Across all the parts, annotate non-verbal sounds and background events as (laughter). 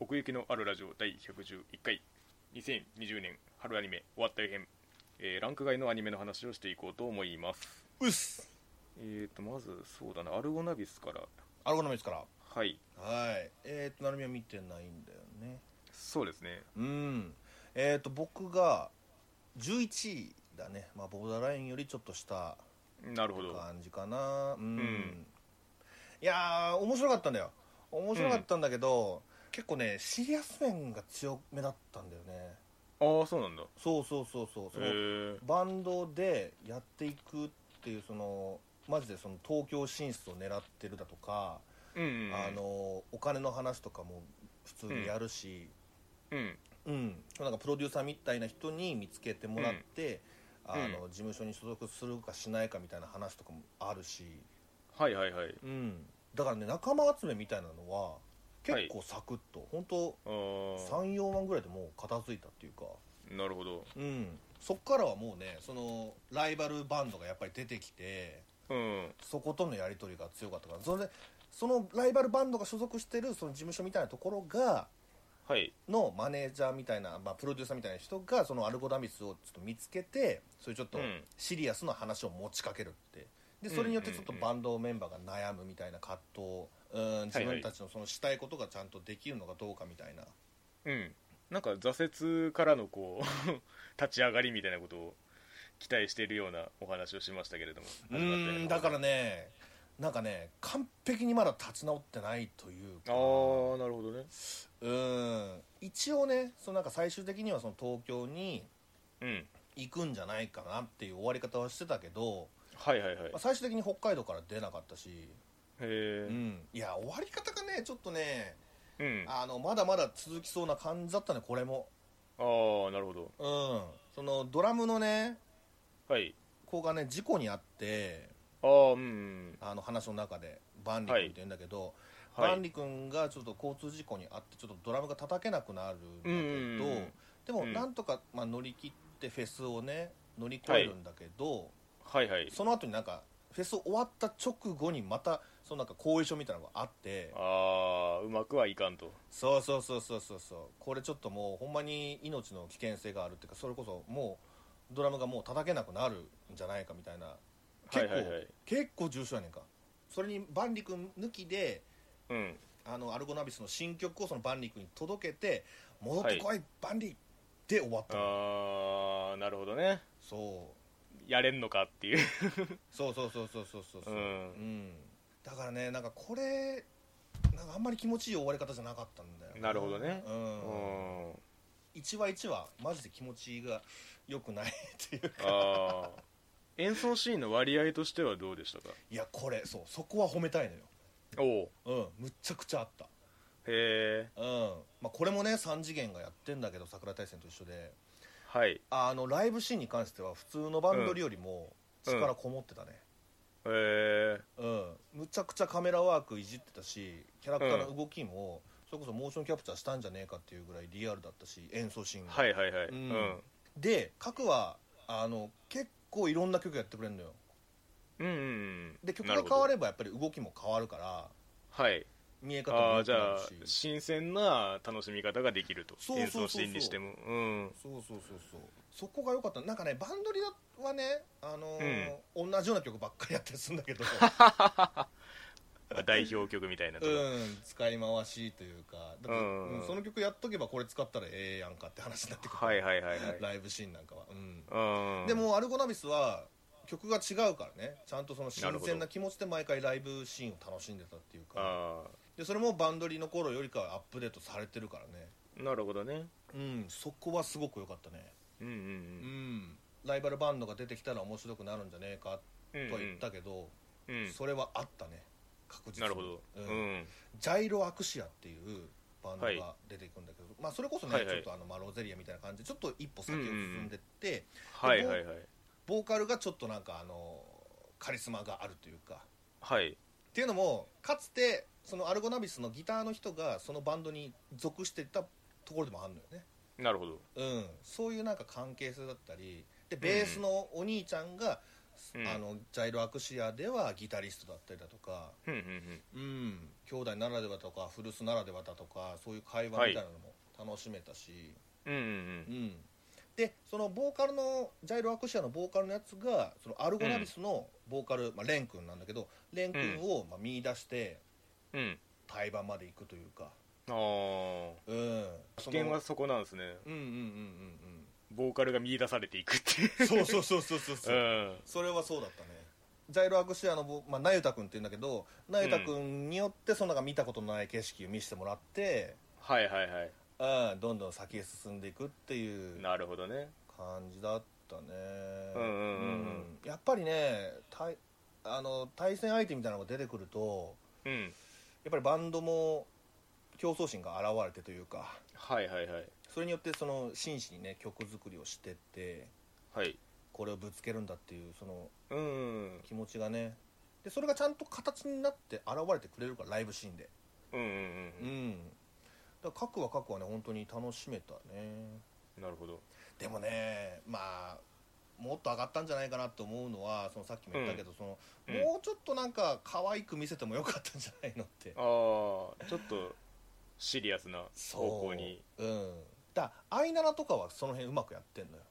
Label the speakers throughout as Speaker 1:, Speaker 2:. Speaker 1: 奥行きのあるラジオ第111回2020年春アニメ終わった予編、えーランク外のアニメの話をしていこうと思います
Speaker 2: うっす
Speaker 1: えーとまずそうだなアルゴナビスから
Speaker 2: アルゴナミスから
Speaker 1: はい
Speaker 2: はいえっ、となるみは見てないんだよね
Speaker 1: そうですね
Speaker 2: うんえっ、と僕が11位だねまあボーダーラインよりちょっと下
Speaker 1: なるほど
Speaker 2: 感じかなうん、
Speaker 1: ん
Speaker 2: いやー面白かったんだよ面白かったんだけど、結構ねシリアス面が強めだったんだよね
Speaker 1: ああそうなんだ
Speaker 2: そうそうそうそうそ
Speaker 1: へ
Speaker 2: の
Speaker 1: え
Speaker 2: バンドでやっていくっていうそのマジでその東京進出を狙ってるだとか、
Speaker 1: うんうん
Speaker 2: あのお金の話とかも普通にやるし、
Speaker 1: うん
Speaker 2: うんなんかプロデューサーみたいな人に見つけてもらって、
Speaker 1: ん
Speaker 2: あの事務所に所属するかしないかみたいな話とかもあるし、
Speaker 1: はいはいはい
Speaker 2: うん、だからね仲間集めみたいなのは結構サクッと、本当
Speaker 1: あー
Speaker 2: 34万ぐらいでもう片付いたっていうか。
Speaker 1: なるほど
Speaker 2: うん、そっからはもうねそのライバルバンドがやっぱり出てきて
Speaker 1: うん
Speaker 2: そことのやり取りが強かったからそれでそのライバルバンドが所属してるその事務所みたいなところが
Speaker 1: はい
Speaker 2: のマネージャーみたいな、まあ、プロデューサーみたいな人がそのアルゴダミスをちょっと見つけてそういうちょっと
Speaker 1: うん
Speaker 2: シリアスな話を持ちかけるってでそれによってちょっとバンドメンバーが悩むみたいな葛藤うん自分たちのそのしたいことがちゃんとできるのかどうかみたいな
Speaker 1: うんなんか挫折からのこう (laughs) 立ち上がりみたいなことを期待しているようなお話をしましたけれども
Speaker 2: う
Speaker 1: 始まったよ
Speaker 2: ーんだからねなんかね完璧にまだ立ち直ってないという
Speaker 1: あ
Speaker 2: か
Speaker 1: あーなるほどね
Speaker 2: うーん一応ねそのなんか最終的にはその東京に
Speaker 1: うん
Speaker 2: 行くんじゃないかなっていう終わり方はしてたけど、
Speaker 1: はいはいはい
Speaker 2: まあ、最終的に北海道から出なかったし、
Speaker 1: へえ
Speaker 2: うん、いや終わり方がねちょっとね
Speaker 1: うんあ
Speaker 2: あのまだまだ続きそうな感じだったねこれも、
Speaker 1: あーなるほど
Speaker 2: うん、そのドラムのね
Speaker 1: はい
Speaker 2: 子がね事故にあって
Speaker 1: ああうん
Speaker 2: あの話の中で万里君って言うんだけど、
Speaker 1: はい
Speaker 2: バンリ君がちょっと交通事故に遭ってちょっとドラムが叩けなくなるんだけ
Speaker 1: う
Speaker 2: ど、
Speaker 1: んうんうん
Speaker 2: でも
Speaker 1: うん
Speaker 2: なんとか、まあ、乗り切ってフェスをね乗り越えるんだけど、
Speaker 1: はいはい
Speaker 2: その後になんかフェス終わった直後にまたそのなんか後遺症みたいなのがあって
Speaker 1: ああうまくはいかんと
Speaker 2: そうそうそうそうそうそうこれちょっともうほんまに命の危険性があるっていうかそれこそもうドラムがもう叩けなくなるんじゃないかみたいな結構、
Speaker 1: はいはいはい
Speaker 2: 結構重症やねんかそれに万里君抜きで
Speaker 1: うん
Speaker 2: あのアルゴナビスの新曲をそのバンリー君に届けて戻ってこい、バンリーで終わったの
Speaker 1: ああなるほどね
Speaker 2: そう
Speaker 1: やれんのかっていう
Speaker 2: そうそうそうそうそうそうそうう、
Speaker 1: ん
Speaker 2: だからねなんかこれなんかあんまり気持ちいい終わり方じゃなかったんだよ
Speaker 1: なるほどね
Speaker 2: うん、
Speaker 1: うん
Speaker 2: 一話一話マジで気持ちが良くないっていう
Speaker 1: ああ演奏シーンの割合としてはどうでしたか
Speaker 2: いやこれそうそこは褒めたいのよ
Speaker 1: おお
Speaker 2: うんむっちゃくちゃあった
Speaker 1: へえ
Speaker 2: うんまあ、これもね3次元がやってんだけど桜井大戦と一緒で
Speaker 1: はい
Speaker 2: あのライブシーンに関しては普通のバンドよりも
Speaker 1: うん
Speaker 2: 力こもってたね、
Speaker 1: へえ
Speaker 2: うん、むちゃくちゃカメラワークいじってたしキャラクターの動きも、それこそモーションキャプチャーしたんじゃねえかっていうぐらいリアルだったし演奏シーンが、
Speaker 1: はいはいはい
Speaker 2: うんで各はあの結構いろんな曲やってくれるのよ
Speaker 1: うんうん
Speaker 2: で曲が変わ
Speaker 1: れ
Speaker 2: ればやっぱり動きも変わるから
Speaker 1: はい
Speaker 2: 見え方も
Speaker 1: ああ
Speaker 2: 良
Speaker 1: ー
Speaker 2: く
Speaker 1: じゃ
Speaker 2: な
Speaker 1: あ
Speaker 2: るし
Speaker 1: 新鮮な楽しみ方ができると
Speaker 2: そうそう
Speaker 1: 演
Speaker 2: そうそう
Speaker 1: 奏シーンにしてもうん
Speaker 2: そうそうそうそうそこが良かったなんかねバンドリはね、あのー同じような曲ばっかりやったりするん
Speaker 1: (laughs)
Speaker 2: だけど、
Speaker 1: まあ代表曲みたいなとか
Speaker 2: うん、使い回しというかだから
Speaker 1: うんうん
Speaker 2: うんその曲やっとけばこれ使ったらええやんかって話になってくる
Speaker 1: はいはいはいはい
Speaker 2: ライブシーンなんかは、うん
Speaker 1: うん
Speaker 2: でもアルゴナビスは曲が違うからねちゃんとその新鮮な気持ちで毎回ライブシーンを楽しんでたっていうか
Speaker 1: あ
Speaker 2: でそれもバンドリの頃よりかはアップデートされてるからね
Speaker 1: あなるほどね
Speaker 2: うんそこはすごく良かったね
Speaker 1: うん
Speaker 2: う
Speaker 1: うん
Speaker 2: んライバルバンドが出てきたら面白くなるんじゃねえか
Speaker 1: うんうん
Speaker 2: とは言ったけど、
Speaker 1: うん
Speaker 2: それはあったね確実に
Speaker 1: なるほど
Speaker 2: う
Speaker 1: うんん
Speaker 2: ジャイロアクシアっていうバンド
Speaker 1: はい
Speaker 2: が出ていくんだけど、まあ、それこそね、
Speaker 1: はいはい
Speaker 2: ちょっとあの、まあ、ロゼリアみたいな感じでちょっと一歩先を進んでって、
Speaker 1: はいはいはい
Speaker 2: ボーカルがちょっとなんかあのカリスマがあるというか
Speaker 1: はい
Speaker 2: っていうのもかつてそのアルゴナビスのギターの人がそのバンドに属してたところでもあるのよね、
Speaker 1: なるほど
Speaker 2: うん、そういうなんか関係性だったりでベースのお兄ちゃんが
Speaker 1: うん
Speaker 2: あのジャイロ・アクシアではギタリストだったりだとか、
Speaker 1: うんうんうん
Speaker 2: うん、兄弟ならではとか古巣ならではだとかそういう会話みたいなのも楽しめたし、
Speaker 1: うんうん
Speaker 2: うん、でそのボーカルのジャイロ・アクシアのボーカルのやつがそのアルゴナビスのボーカル、まあ、レン君なんだけどレン君をまあ見出して
Speaker 1: うんうん
Speaker 2: 対バンまで行くというか、
Speaker 1: あー
Speaker 2: うん、
Speaker 1: 危険は
Speaker 2: そ
Speaker 1: そこなんですね
Speaker 2: のうんうんうん
Speaker 1: ボーカルが見出されていくっていう
Speaker 2: うんうんそうそうそうそうそ
Speaker 1: (laughs)
Speaker 2: うそう
Speaker 1: うん
Speaker 2: それはそうだったねジャイロアクシアのボ、まあ、那由他君って言うんだけど那由他君によってそのなんか見たことのない景色を見せてもらって、
Speaker 1: はいはいはい
Speaker 2: うん、どんどん先へ進んでいくっていう
Speaker 1: なるほどね
Speaker 2: 感じだったね
Speaker 1: うんうんうんうん
Speaker 2: うんやっぱりね対あの対戦相手みたいなのが出てくると
Speaker 1: うん
Speaker 2: やっぱりバンドも競争心が現れてというか
Speaker 1: はいはいはい
Speaker 2: それによってその真摯にね曲作りをしてって
Speaker 1: はい
Speaker 2: これをぶつけるんだっていうその
Speaker 1: うんうん
Speaker 2: 気持ちがねでそれがちゃんと形になって現れてくれるからライブシーンで
Speaker 1: うんうん
Speaker 2: う
Speaker 1: うん
Speaker 2: んだから各は各はね本当に楽しめたね
Speaker 1: うんなるほど
Speaker 2: でもねまあもっと上がったんじゃないかなと思うのはそのさっきも言ったけど、その
Speaker 1: うん
Speaker 2: もうちょっとなんか可愛く見せてもよかったんじゃないのって、
Speaker 1: ああちょっとシリアスな方向に
Speaker 2: うんだアイナナとかはその辺うまくやってんのよ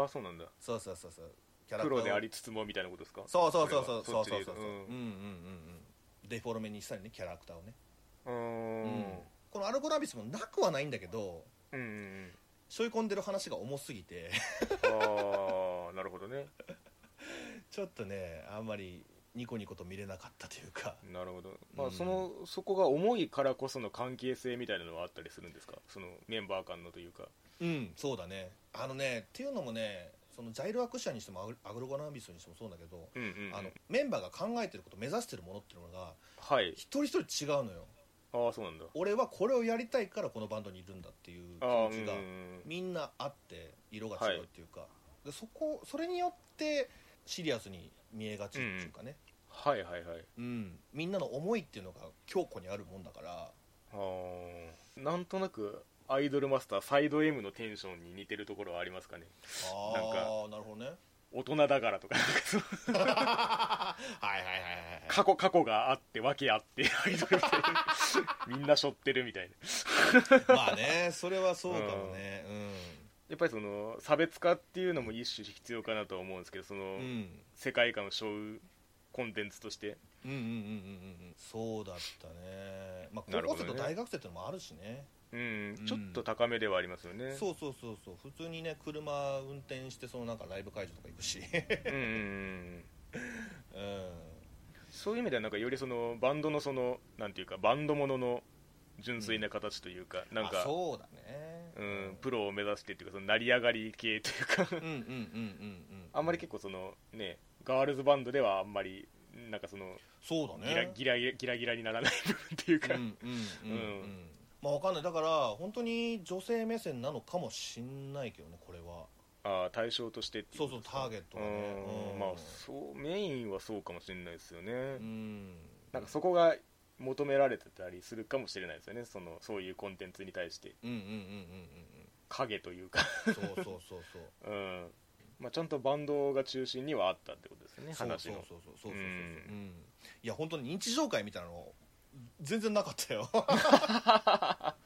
Speaker 1: ああそうなんだ
Speaker 2: そうそうそうそうキャ
Speaker 1: 黒であ
Speaker 2: り
Speaker 1: りつつもみたいなことですか
Speaker 2: そうそうそうそう
Speaker 1: そ
Speaker 2: そう
Speaker 1: っちで言
Speaker 2: そ
Speaker 1: う
Speaker 2: うそ
Speaker 1: と
Speaker 2: うそううんうんうんうんデフォルメにしたりねキャラクターをね、
Speaker 1: うーん
Speaker 2: うんこのアルゴラビスもなくはないんだけど
Speaker 1: うんうん
Speaker 2: 背負い込んでる話が重すぎて (laughs)
Speaker 1: ああなるほどね
Speaker 2: ちょっとねあんまりニコニコと見れなかったというか
Speaker 1: なるほど、ま
Speaker 2: う
Speaker 1: あ、
Speaker 2: ん
Speaker 1: そのそこが重いからこその関係性みたいなのはあったりするんですかそのメンバー間のというか
Speaker 2: うんそうだねあのねっていうのもねそのジャイロアクシアにしてもアグアグロゴナビスにしてもそうだけど、
Speaker 1: うんうんうん
Speaker 2: あのメンバーが考えてること目指してるものっていうのが
Speaker 1: はい
Speaker 2: 一人一人違うのよ
Speaker 1: ああそうなんだ
Speaker 2: 俺はこれをやりたいからこのバンドにいるんだっていう気
Speaker 1: ああう
Speaker 2: 持
Speaker 1: んう
Speaker 2: ち
Speaker 1: ん
Speaker 2: が
Speaker 1: うん
Speaker 2: みんなあって色が違うっていうか、でそこそれによってシリアスに見えがちっていうかね、
Speaker 1: はいはいはい
Speaker 2: うんみんなの思いっていうのが強固にあるもんだから
Speaker 1: あーなんとなくアイドルマスターサイド M のテンションに似てるところはありますかねなんか
Speaker 2: ああなるほどね
Speaker 1: 大人だからとかなんかそう
Speaker 2: はいはいはいはい
Speaker 1: 過去過去があって訳あって (laughs) アイドルみたいなみんな背負ってるみたいな
Speaker 2: まあねそれはそうかもね
Speaker 1: やっぱりその差別化っていうのも一種必要かなとは思うんですけどその、
Speaker 2: うん、うん
Speaker 1: 世界観を背負うコンテンツとして
Speaker 2: うんうんうんうんうんうんそうだったねまあ
Speaker 1: なる
Speaker 2: 高
Speaker 1: ほ
Speaker 2: 校生
Speaker 1: どね
Speaker 2: と大学生ってのもあるしね
Speaker 1: うん
Speaker 2: うん
Speaker 1: ちょっと高めではありますよね、
Speaker 2: そうそうそうそう普通にね車運転してそのなんかライブ会場とか行
Speaker 1: (laughs)
Speaker 2: くし
Speaker 1: うんうんうん
Speaker 2: うん
Speaker 1: そういう意味ではなんかよりそのバンドのそのなんていうかバンドものの純粋な形というか、なん
Speaker 2: あ
Speaker 1: か
Speaker 2: そうだね
Speaker 1: うん、プロを目指してっていうかその成り上がり系というか (laughs)
Speaker 2: うんうんうんうんうん
Speaker 1: あんまり結構そのねガールズバンドではあんまりなんかその
Speaker 2: そうだ
Speaker 1: ギラ
Speaker 2: ね
Speaker 1: ギラギラギラギラにならない部分っていうか、
Speaker 2: うんうんうん、うん
Speaker 1: うん
Speaker 2: まあわかんないだから本当に女性目線なのかもしんないけどねこれは
Speaker 1: ああ対象としてってい
Speaker 2: そう
Speaker 1: こ
Speaker 2: そう
Speaker 1: とです
Speaker 2: ター
Speaker 1: か
Speaker 2: ゲットがね
Speaker 1: うんまあそうメインはそうかもしれないですよね、
Speaker 2: うん
Speaker 1: なんかそこが求められてたりするかもしれないですよねそのそういうコンテンツに対して
Speaker 2: うんうんうんうん
Speaker 1: 影と (laughs) いうか、
Speaker 2: うんうんそうそうそうそう (laughs)
Speaker 1: うんまあ、ちゃんとバンドが中心にはあったってことですよね
Speaker 2: そう
Speaker 1: 話の
Speaker 2: そうそうそうそうそうそう、う
Speaker 1: うん
Speaker 2: ん、いや本当に日常会みたいなの全然なかったよ (laughs)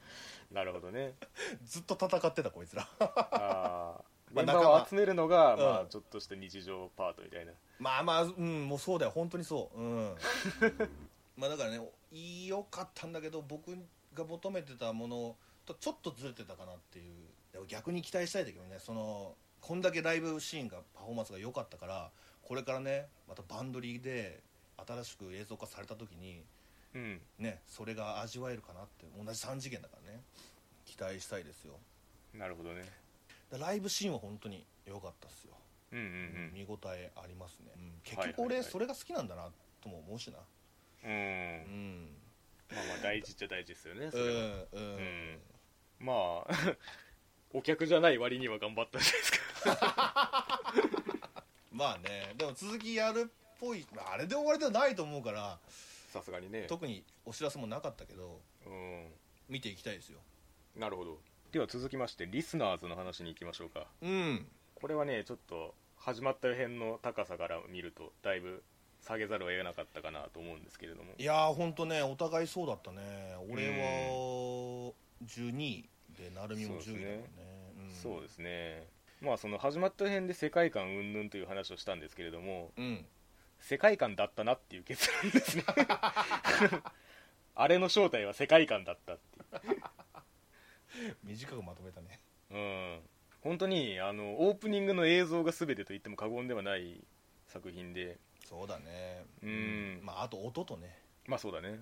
Speaker 1: なるほど (laughs) ね
Speaker 2: ずっと戦ってたこいつら
Speaker 1: あ (laughs) ー
Speaker 2: ま
Speaker 1: メンバー
Speaker 2: あ仲間
Speaker 1: を集めるのが、ま
Speaker 2: う
Speaker 1: あ
Speaker 2: ん、
Speaker 1: ちょっとした日常パートみたいな
Speaker 2: まあまあうんもうそうだよ本当にそううんまあだからね良かったんだけど僕が求めてたものとちょっとずれてたかなっていうでも逆に期待したいんだけどねそのこんだけライブシーンがパフォーマンスが良かったからこれからねまたバンドリーで新しく映像化された時に
Speaker 1: うん
Speaker 2: ねそれが味わえるかなって同じ3次元だからね期待したいですよ
Speaker 1: なるほどね
Speaker 2: だライブシーンは本当に良かったですよ、
Speaker 1: うんうん
Speaker 2: 見応えありますね、うん結
Speaker 1: はい
Speaker 2: 局
Speaker 1: はい
Speaker 2: 俺
Speaker 1: はい
Speaker 2: それが好きなんだなとも思うしな
Speaker 1: うんうん
Speaker 2: うん
Speaker 1: まあまあ大事っちゃ大事ですよね
Speaker 2: う
Speaker 1: そ
Speaker 2: ん
Speaker 1: れはう
Speaker 2: うん
Speaker 1: んまあ (laughs) お客じゃない割には頑張ったんじゃないですか
Speaker 2: まあねでも続きやるっぽいまああれで終わりではないと思うから
Speaker 1: さすがにね
Speaker 2: 特にお知らせもなかったけど
Speaker 1: うん
Speaker 2: 見ていきたいですよ
Speaker 1: なるほどでは続きましてリスナーズの話に行きましょうか
Speaker 2: うん
Speaker 1: これはねちょっと始まった辺の高さから見るとだいぶ下げざるを得なかったかなと思うんですけれども
Speaker 2: いやーほんとねお互いそうだったね俺は12位で成海も10位だもんね
Speaker 1: そうですねまあその始まった辺で世界観云々という話をしたんですけれども
Speaker 2: うん、うん、
Speaker 1: 世界観だったなっていう結論です (laughs) ねあれの正体は世界観だったっていう
Speaker 2: 短くまとめたね
Speaker 1: うん本当にあのオープニングの映像が全てと言っても過言ではない作品で
Speaker 2: そうだね
Speaker 1: うん
Speaker 2: まああと音とね
Speaker 1: まあそうだね
Speaker 2: う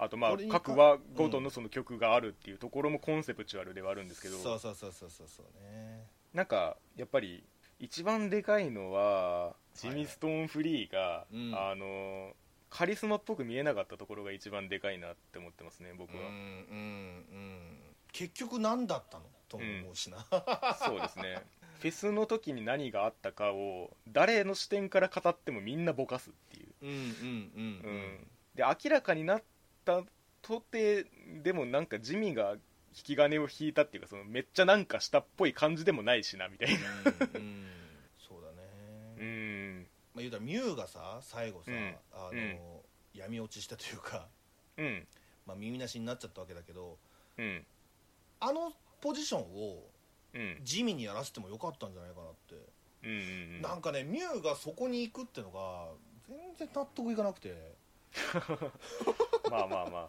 Speaker 1: あとまあ
Speaker 2: これにか
Speaker 1: 各話ごとのその曲があるっていうところもコンセプチュアルではあるんですけ
Speaker 2: ん
Speaker 1: ど、
Speaker 2: そうそうそうそうそうそうね
Speaker 1: なんかやっぱり一番でかいのはジミー・ストーン・フリーが、
Speaker 2: うん
Speaker 1: あのカリスマっぽく見えなかったところが一番でかいなって思ってますね僕
Speaker 2: うんう
Speaker 1: は、
Speaker 2: んうん結局何だったのとも思うしな、
Speaker 1: そうですねフェスの時に何があったかを誰の視点から語ってもみんなぼかすっていう
Speaker 2: うん、うんうん
Speaker 1: うんで明らかになったとてでもなんか地味が引き金を引いたっていうかそのめっちゃなんかしたっぽい感じでもないしなみたいな
Speaker 2: うんうんそうだ
Speaker 1: う
Speaker 2: ね、
Speaker 1: ん
Speaker 2: まあ、言うたらミュウがさ最後さ、
Speaker 1: うん
Speaker 2: あの
Speaker 1: うん
Speaker 2: 闇落ちしたというか、 (laughs)
Speaker 1: うん
Speaker 2: まあ、耳なしになっちゃったわけだけど
Speaker 1: うん
Speaker 2: あのポジションを
Speaker 1: うん
Speaker 2: 地味にやらせてもよかったんじゃないかなって、
Speaker 1: うんうん
Speaker 2: なんかねミュウがそこに行くってのが全然納得いかなくて
Speaker 1: まあまあまあ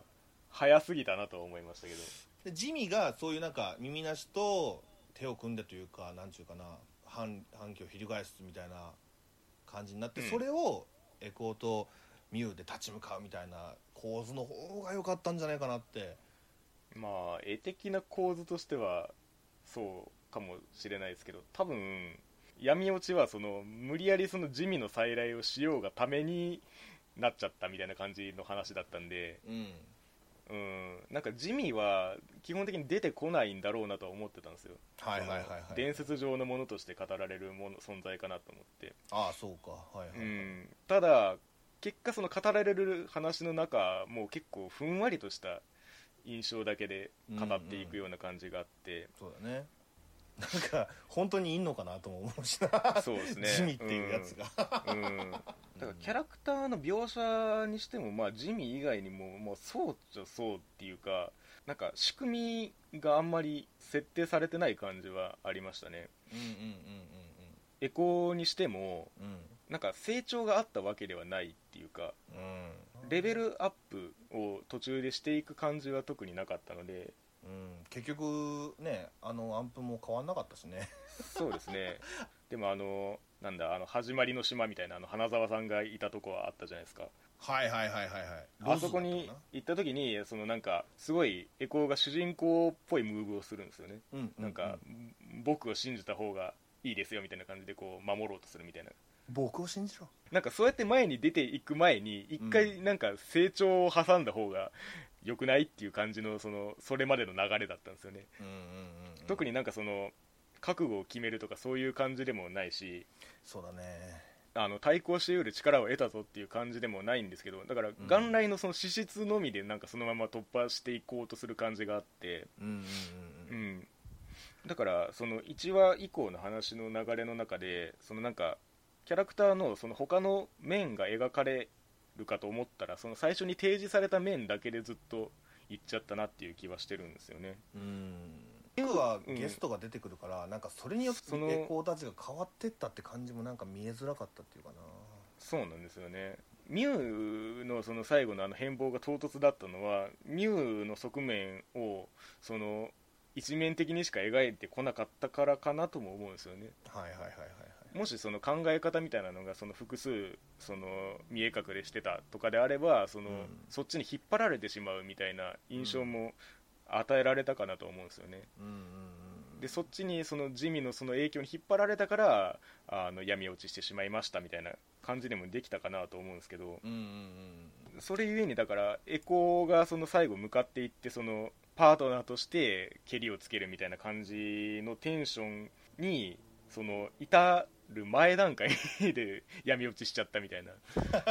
Speaker 1: 早すぎたなとは思いましたけど
Speaker 2: でジミーがそういうなんか耳なしと手を組んでというかなんちゅうかな反反旗を翻すみたいな感じになって、
Speaker 1: うん
Speaker 2: それをエコーとミュウで立ち向かうみたいな構図の方が良かったんじゃないかなって
Speaker 1: まあ絵的な構図としてはそうかもしれないですけど多分闇落ちはその無理やりその地味の再来をしようがためになっちゃったみたいな感じの話だったんで
Speaker 2: うん
Speaker 1: うんなんか地味は基本的に出てこないんだろうなとは思ってたんですよ
Speaker 2: はいはいはい
Speaker 1: その
Speaker 2: はい
Speaker 1: 伝説上のものとして語られるもの存在かなと思って
Speaker 2: ああそうかはいは
Speaker 1: う
Speaker 2: い、はい
Speaker 1: んただ結果その語られる話の中もう結構ふんわりとした印象だけで語っていくような感じがあって、
Speaker 2: そうだね (laughs) なんか本当にいんのかなとも思うしな、
Speaker 1: そうです
Speaker 2: (laughs)
Speaker 1: ね
Speaker 2: ジミーっていうやつが、
Speaker 1: うん、うんだからキャラクターの描写にしても、まあ、ジミー以外にも、まあ、そうっちゃそうっていうかなんか仕組みがあんまり設定されてない感じはありましたね
Speaker 2: うんうんうん
Speaker 1: エコーにしても
Speaker 2: うんうん
Speaker 1: なんか成長があったわけではないっていうか
Speaker 2: うんうん
Speaker 1: レベルアップを途中でしていく感じは特になかったので
Speaker 2: うん結局ねあのアンプも変わんなかったしね
Speaker 1: そうです (laughs) ねでもあのなんだあの始まりの島みたいなあの花澤さんがいたとこはあったじゃないですか
Speaker 2: はいはいはいはいはい
Speaker 1: あそこに行った時にそのなんかすごいエコーが主人公っぽいムーブをするんですよね、
Speaker 2: うん
Speaker 1: なんか、僕を信じた方がいいですよみたいな感じでこう守ろうとするみたいな
Speaker 2: 僕を信じろ
Speaker 1: なんかそうやって前に出ていく前に一回なんか成長を挟んだ方が良くないっていう感じのそのそれまでの流れだったんですよね
Speaker 2: うんうんうん
Speaker 1: 特
Speaker 2: に
Speaker 1: になんかその覚悟を決めるとかそういう感じでもないし
Speaker 2: そうだね
Speaker 1: あの対抗しうる力を得たぞっていう感じでもないんですけどだから
Speaker 2: ん
Speaker 1: 元来のその資質のみでなんかそのまま突破していこうとする感じがあって、
Speaker 2: うんうん
Speaker 1: う
Speaker 2: うん
Speaker 1: ん、だからその1話以降の話の流れの中でそのなんかキャラクターのその他の面が描かれるかと思ったらその最初に提示された面だけでずっと行っちゃったなっていう気はしてるんですよね。
Speaker 2: うんうん僕はゲストが出てくるから、なんかそれによって
Speaker 1: その
Speaker 2: エコーたちが変わってったって感じもなんか見えづらかったっていうかな
Speaker 1: そうなんですよねミュウのその最後のあの変貌が唐突だったのはミュウの側面をその一面的にしか描いてこなかったからかなとも思うんですよね
Speaker 2: はいはいはいはいはい
Speaker 1: もしその考え方みたいなのがその複数その見え隠れしてたとかであればその、
Speaker 2: うん
Speaker 1: そっちに引っ張られてしまうみたいな印象も与えられたかなと思うんですよね
Speaker 2: うんうんうん
Speaker 1: でそっちにそのジミのその影響に引っ張られたからあの闇落ちしてしまいましたみたいな感じでもできたかなと思うんですけど
Speaker 2: うんうんうん
Speaker 1: それゆえにだからエコーがその最後向かっていってそのパートナーとしてケリをつけるみたいな感じのテンションにその至る前段階で (laughs) 闇落ちしちゃったみたいな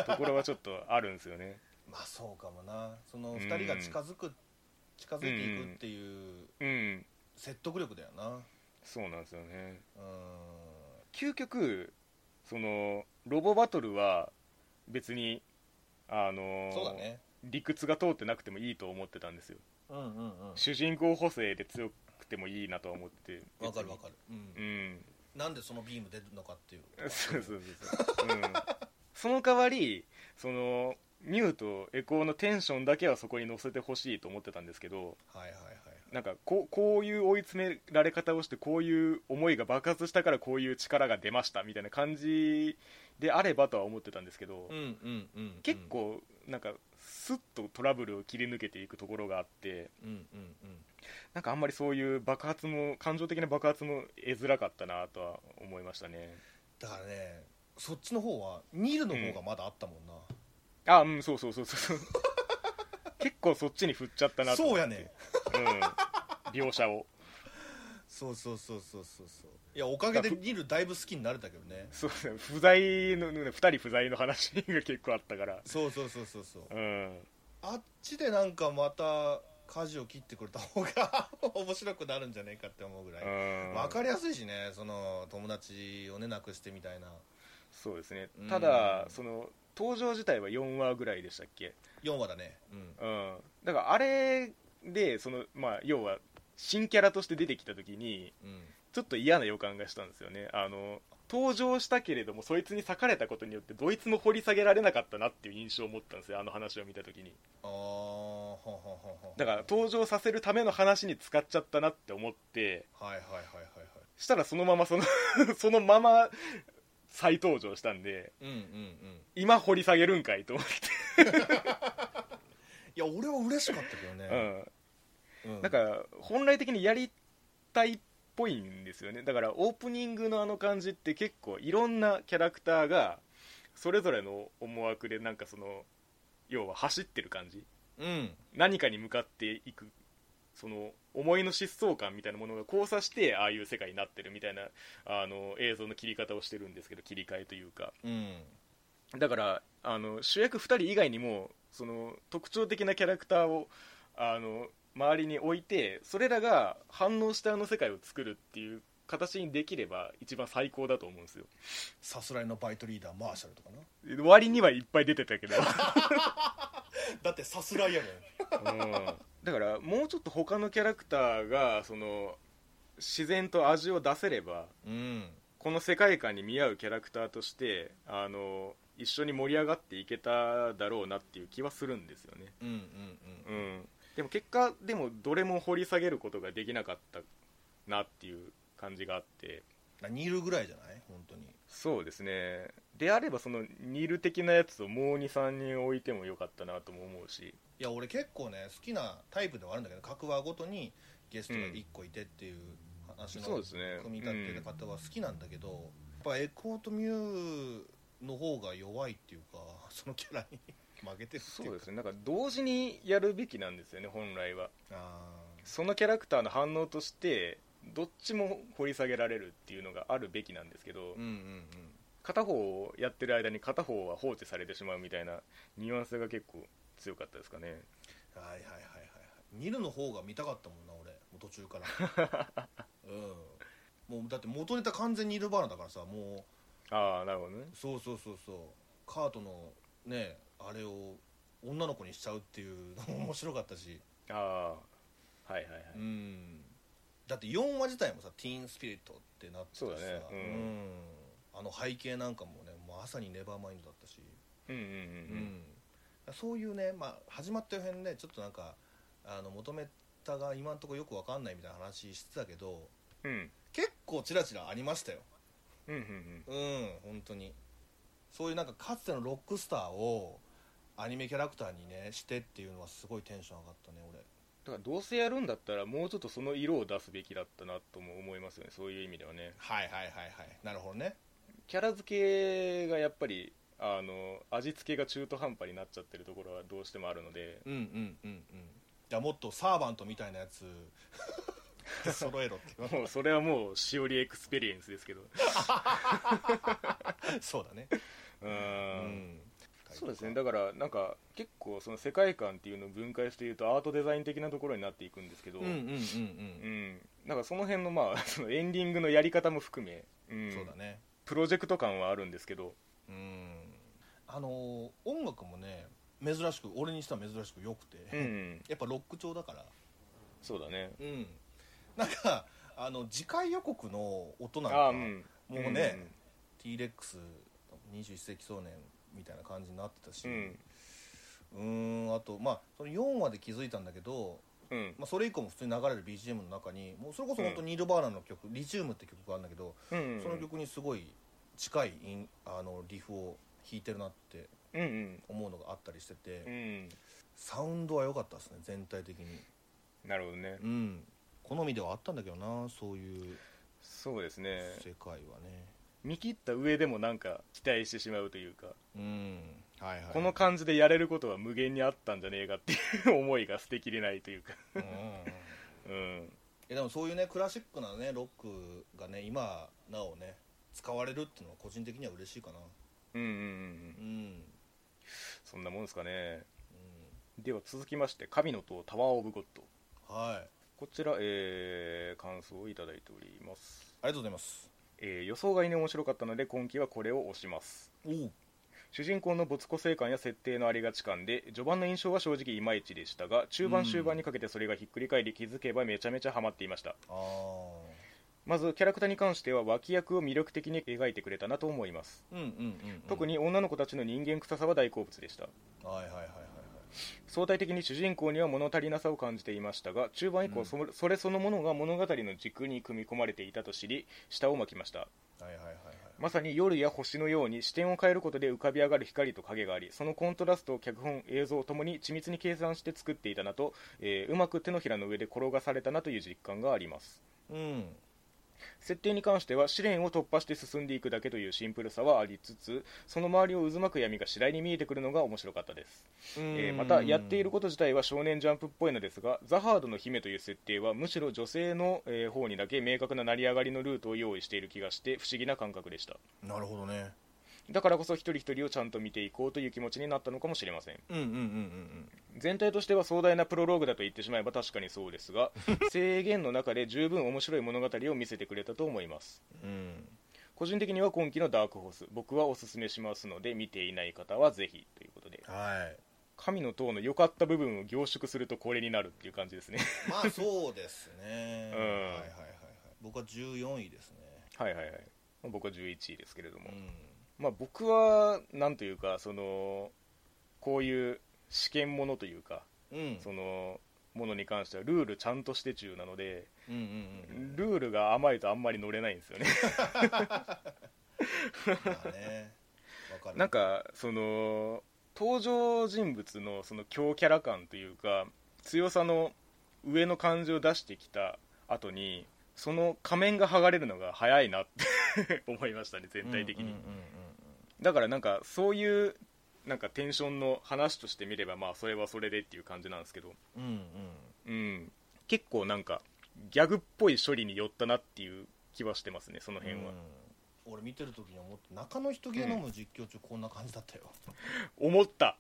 Speaker 1: ところはちょっとあるんですよね
Speaker 2: まあそうかもなその
Speaker 1: うん
Speaker 2: 2人が近づく、近づいていくっていう
Speaker 1: うん
Speaker 2: 説得力だよな
Speaker 1: そうなんですよね
Speaker 2: うん
Speaker 1: 究極そのロボバトルは別にあの
Speaker 2: そうだね
Speaker 1: 理屈が通ってなくてもいいと思ってたんですよ
Speaker 2: うんうんうん
Speaker 1: 主人公補正で強くてもいいなとは思ってて
Speaker 2: わかるわかる、うん
Speaker 1: るうん
Speaker 2: なんでそのビーム出るのかっていう
Speaker 1: (laughs) そうそうそうそう、うん、その代わりそのミュウとエコーのテンションだけはそこに乗せてほしいと思ってたんですけど
Speaker 2: はいはいはい
Speaker 1: なんかこうこういう追い詰められ方をしてこういう思いが爆発したからこういう力が出ましたみたいな感じであればとは思ってたんですけど、
Speaker 2: うんうんうん、うん、
Speaker 1: 結構なんかスッとトラブルを切り抜けていくところがあって
Speaker 2: うんうんうん
Speaker 1: なんかあんまりそういう爆発も感情的な爆発も得づらかったなとは思いましたね
Speaker 2: だからねそっちの方はニールの方がまだあったもんな、
Speaker 1: あうんそうそうそうそう (laughs) そう結構そっちに振っちゃったなと
Speaker 2: そ
Speaker 1: 思っ
Speaker 2: う
Speaker 1: て
Speaker 2: やね
Speaker 1: うん、描写を
Speaker 2: そうそうそうそうそうそういやおかげでニールだいぶ好きになれたけどね
Speaker 1: そうですね不在の2人不在の話が結構あったから
Speaker 2: そうそうそうそうそう
Speaker 1: うん
Speaker 2: あっちでなんかまた舵を切ってくれた方が (laughs) 面白くなるんじゃねえかって思うぐらい、
Speaker 1: うん
Speaker 2: わかりやすいしねその友達をねなくしてみたいな
Speaker 1: そうですね
Speaker 2: うん
Speaker 1: ただ、その登場自体は4話ぐらいでしたっけ、
Speaker 2: 4話だねうん
Speaker 1: うん、だからあれでその、まあ、要は新キャラとして出てきた時に
Speaker 2: うん
Speaker 1: ちょっと嫌な予感がしたんですよねあの登場したけれどもそいつに裂かれたことによってどいつも掘り下げられなかったなっていう印象を持ったんですよあの話を見た時に
Speaker 2: ああはははは
Speaker 1: だから登場させるための話に使っちゃったなって思って
Speaker 2: はいはいはいはいはい
Speaker 1: したらそのままその (laughs) そのまま再登場したんで
Speaker 2: うんうんうん
Speaker 1: 今掘り下げるんかいと思っ
Speaker 2: いや俺は嬉しかったけど
Speaker 1: て、
Speaker 2: ね、うん
Speaker 1: うん、なんか本来的にやりたいっぽいんですよねだからオープニングのあの感じって結構いろんなキャラクターがそれぞれの思惑でなんかその要は走ってる感じ
Speaker 2: うん
Speaker 1: 何かに向かっていくその思いの疾走感みたいなものが交差してああいう世界になってるみたいなあの映像の切り方をしてるんですけど切り替えというか
Speaker 2: うん
Speaker 1: だからあの主役2人以外にもその特徴的なキャラクターをあの周りに置いてそれらが反応してあの世界を作るっていう形にできれば一番最高だと思うんですよ
Speaker 2: さすらいのバイトリーダーマーシャルとかな
Speaker 1: 割にはいっぱい出てたけど、
Speaker 2: だってさすらいやもん
Speaker 1: うんだからもうちょっと他のキャラクターがその自然と味を出せれば
Speaker 2: うん
Speaker 1: この世界観に見合うキャラクターとしてあの一緒に盛り上がっていけただろうなっていう気はするんですよね
Speaker 2: うんうん
Speaker 1: うん、でも結果でもどれも掘り下げることができなかったなっていう感じがあって
Speaker 2: うんニールぐらいじゃない本当に
Speaker 1: そうですねであればそのニル的なやつをもう23人置いてもよかったなとも思うし
Speaker 2: いや俺結構ね好きなタイプではあるんだけど各話ごとにゲストが1個いてっていう話
Speaker 1: そう
Speaker 2: の
Speaker 1: ですね
Speaker 2: 組み立て方は好きなんだけど、やっぱエコーとミュウの方が弱いっていうかそのキャラに (laughs) 負けてるってい
Speaker 1: そう
Speaker 2: う
Speaker 1: で
Speaker 2: か
Speaker 1: すねなんか同時にやるべきなんですよね本来は
Speaker 2: あー
Speaker 1: そのキャラクターの反応としてどっちも掘り下げられるっていうのがあるべきなんですけど
Speaker 2: うんうん
Speaker 1: 片方をやってる間に片方は放置されてしまうみたいなニュアンスが結構強かったですかね
Speaker 2: うんはいはいはいはいはいニルの方が見たかったもんな俺もう途中から
Speaker 1: (laughs)
Speaker 2: うんもうだって元ネタ完全にニルバーナだからさも
Speaker 1: ああなるほどね
Speaker 2: うそうそうそうそうカートのねあれを女の子にしちゃうっていうのも面白かったし
Speaker 1: ああはいはいはい、
Speaker 2: うんだって4話自体もさ「ティーンスピリット」ってなってたしさ
Speaker 1: そうだねう
Speaker 2: うんんあの背景なんかもねもう朝にネバーマインドだったし、
Speaker 1: うんうん
Speaker 2: う
Speaker 1: うん
Speaker 2: そういうね、まあ、始まった予変ねちょっとなんかあの求めたが今んとこよくわかんないみたいな話してたけど
Speaker 1: うんうん
Speaker 2: 結構ちらちらありましたよ
Speaker 1: うんうん
Speaker 2: うん本当にそういうなんかかつてのロックスターをアニメキャラクターにねしてっていうのはすごいテンション上がったね俺
Speaker 1: だからどうせやるんだったらもうちょっとその色を出すべきだったなとも思いますよねそういう意味ではね
Speaker 2: はいはいはいはいなるほどね
Speaker 1: キャラ付けがやっぱりあの味付けが中途半端になっちゃってるところはどうしてもあるので
Speaker 2: うんうんうんうんじゃあもっとサーバントみたいなや (laughs) つ揃えろって
Speaker 1: もうそれはもうしおりエクスペリエンスですけど
Speaker 2: (laughs) そうだね
Speaker 1: うん
Speaker 2: うん
Speaker 1: そうですねだからなんか結構その世界観っていうのを分解して言うとアートデザイン的なところになっていくんですけど、
Speaker 2: うんうんうんう
Speaker 1: うんん、なんかその辺のまあそのエンディングのやり方も含め、うん
Speaker 2: そうだね
Speaker 1: プロジェクト感はあるんですけど
Speaker 2: うんあのー音楽もね珍しく俺にしては珍しく良くて、
Speaker 1: うんうん
Speaker 2: やっぱロック調だから
Speaker 1: そうだね
Speaker 2: うんなんかあの次回予告の音なん
Speaker 1: あ
Speaker 2: か、
Speaker 1: あうん
Speaker 2: もうね、T−REX21 世紀少年みたいな感じになってたし
Speaker 1: うんうん
Speaker 2: うーんあとまあその4話で気づいたんだけど、
Speaker 1: うん
Speaker 2: まあ、それ以降も普通に流れる BGM の中にもうそれこそ本当
Speaker 1: う
Speaker 2: ニール・バーナーの曲「リチウム」って曲があるんだけど、
Speaker 1: うんうん
Speaker 2: その曲にすごい近いインあのリフを弾いてるなって
Speaker 1: うんうん
Speaker 2: 思うのがあったりしてて、
Speaker 1: うん
Speaker 2: サウンドは良かったですね全体的に
Speaker 1: なるほどね
Speaker 2: うん好みではあったんだけどなそういう
Speaker 1: そうですね
Speaker 2: 世界はね、
Speaker 1: 見切った上でもなんか期待してしまうというか
Speaker 2: うんはいはい
Speaker 1: この感じでやれることは無限にあったんじゃねえかっていう思いが捨てきれないというか
Speaker 2: うんうんうん
Speaker 1: うん
Speaker 2: いやでもそういうねクラシックなねロックがね今なおね使われるっていうのは個人的には嬉しいかな
Speaker 1: うんうんうんう
Speaker 2: うんん、
Speaker 1: そんなもんですかねでは続きまして「神の塔タワー・オブ・ゴッド
Speaker 2: うん、はいあり」
Speaker 1: こちら、えー感想をいただいております、
Speaker 2: がとうございます
Speaker 1: えー予想外に面白かったので今期はこれを推します
Speaker 2: おう
Speaker 1: 主人公の没個性感や設定のありがち感で序盤の印象は正直いまいちでしたが中
Speaker 2: う
Speaker 1: 盤
Speaker 2: ん
Speaker 1: 終盤にかけてそれがひっくり返り気づけばめちゃめちゃハマっていました
Speaker 2: ああ
Speaker 1: まずキャラクターに関しては脇役を魅力的に描いてくれたなと思います
Speaker 2: うんうんうん、うん、
Speaker 1: 特に女の子たちの人間臭さは大好物でした
Speaker 2: はいはいはいはいはい
Speaker 1: 相対的に主人公には物足りなさを感じていましたが中盤以
Speaker 2: う
Speaker 1: 降
Speaker 2: ん
Speaker 1: そ,、それそのものが物語の軸に組み込まれていたと知り舌を巻きました
Speaker 2: はいはいはいはい
Speaker 1: まさに夜や星のように視点を変えることで浮かび上がる光と影がありそのコントラストを脚本映像ともに緻密に計算して作っていたなと、えーうまく手のひらの上で転がされたなという実感があります
Speaker 2: うん
Speaker 1: 設定に関しては試練を突破して進んでいくだけというシンプルさはありつつその周りを渦巻く闇が次第に見えてくるのが面白かったですえーまたやっていること自体は少年ジャンプっぽいのですがザハードの姫という設定はむしろ女性の、えー方にだけ明確な成り上がりのルートを用意している気がして不思議な感覚でした
Speaker 2: となるほどね
Speaker 1: だからこそ一人一人をちゃんと見ていこうという気持ちになったのかもしれません
Speaker 2: うんうんうん
Speaker 1: 全体としては壮大なプロローグだと言ってしまえば確かにそうですが制限の中で十分面白い物語を見せてくれたと思います
Speaker 2: うんうんうん
Speaker 1: 個人的には今期のダークホース僕はおすすめしますので見ていない方はぜひということで
Speaker 2: はい
Speaker 1: 神の塔の良かった部分を凝縮するとこれになるっていう感じですね
Speaker 2: (laughs) まあそうですね、
Speaker 1: うん
Speaker 2: はいはいはいはい僕は14位ですね
Speaker 1: はいはいはいまあ僕は11位ですけれども、
Speaker 2: う
Speaker 1: まあ僕はなんというかそのこういう試験ものというか
Speaker 2: んうん
Speaker 1: そのものに関してはルールちゃんとして中なので
Speaker 2: うんうんうんうん
Speaker 1: ルールが甘いとあんまり乗れないんですよね
Speaker 2: まあねわかる
Speaker 1: なんかその登場人物のその強キャラ感というか強さの上の感じを出してきた後にその仮面が剥がれるのが早いなって (laughs) 思いましたね全体的に、
Speaker 2: うんうんうん
Speaker 1: だからなんかそういうなんかテンションの話として見ればまあそれはそれでっていう感じなんですけど
Speaker 2: うん
Speaker 1: う
Speaker 2: うん
Speaker 1: ん結構なんかギャグっぽい処理に寄ったなっていう気はしてますねその辺は、
Speaker 2: うん俺見てる時に思って中の人ゲノム実況中こんな感じだったよ、
Speaker 1: (laughs) 思った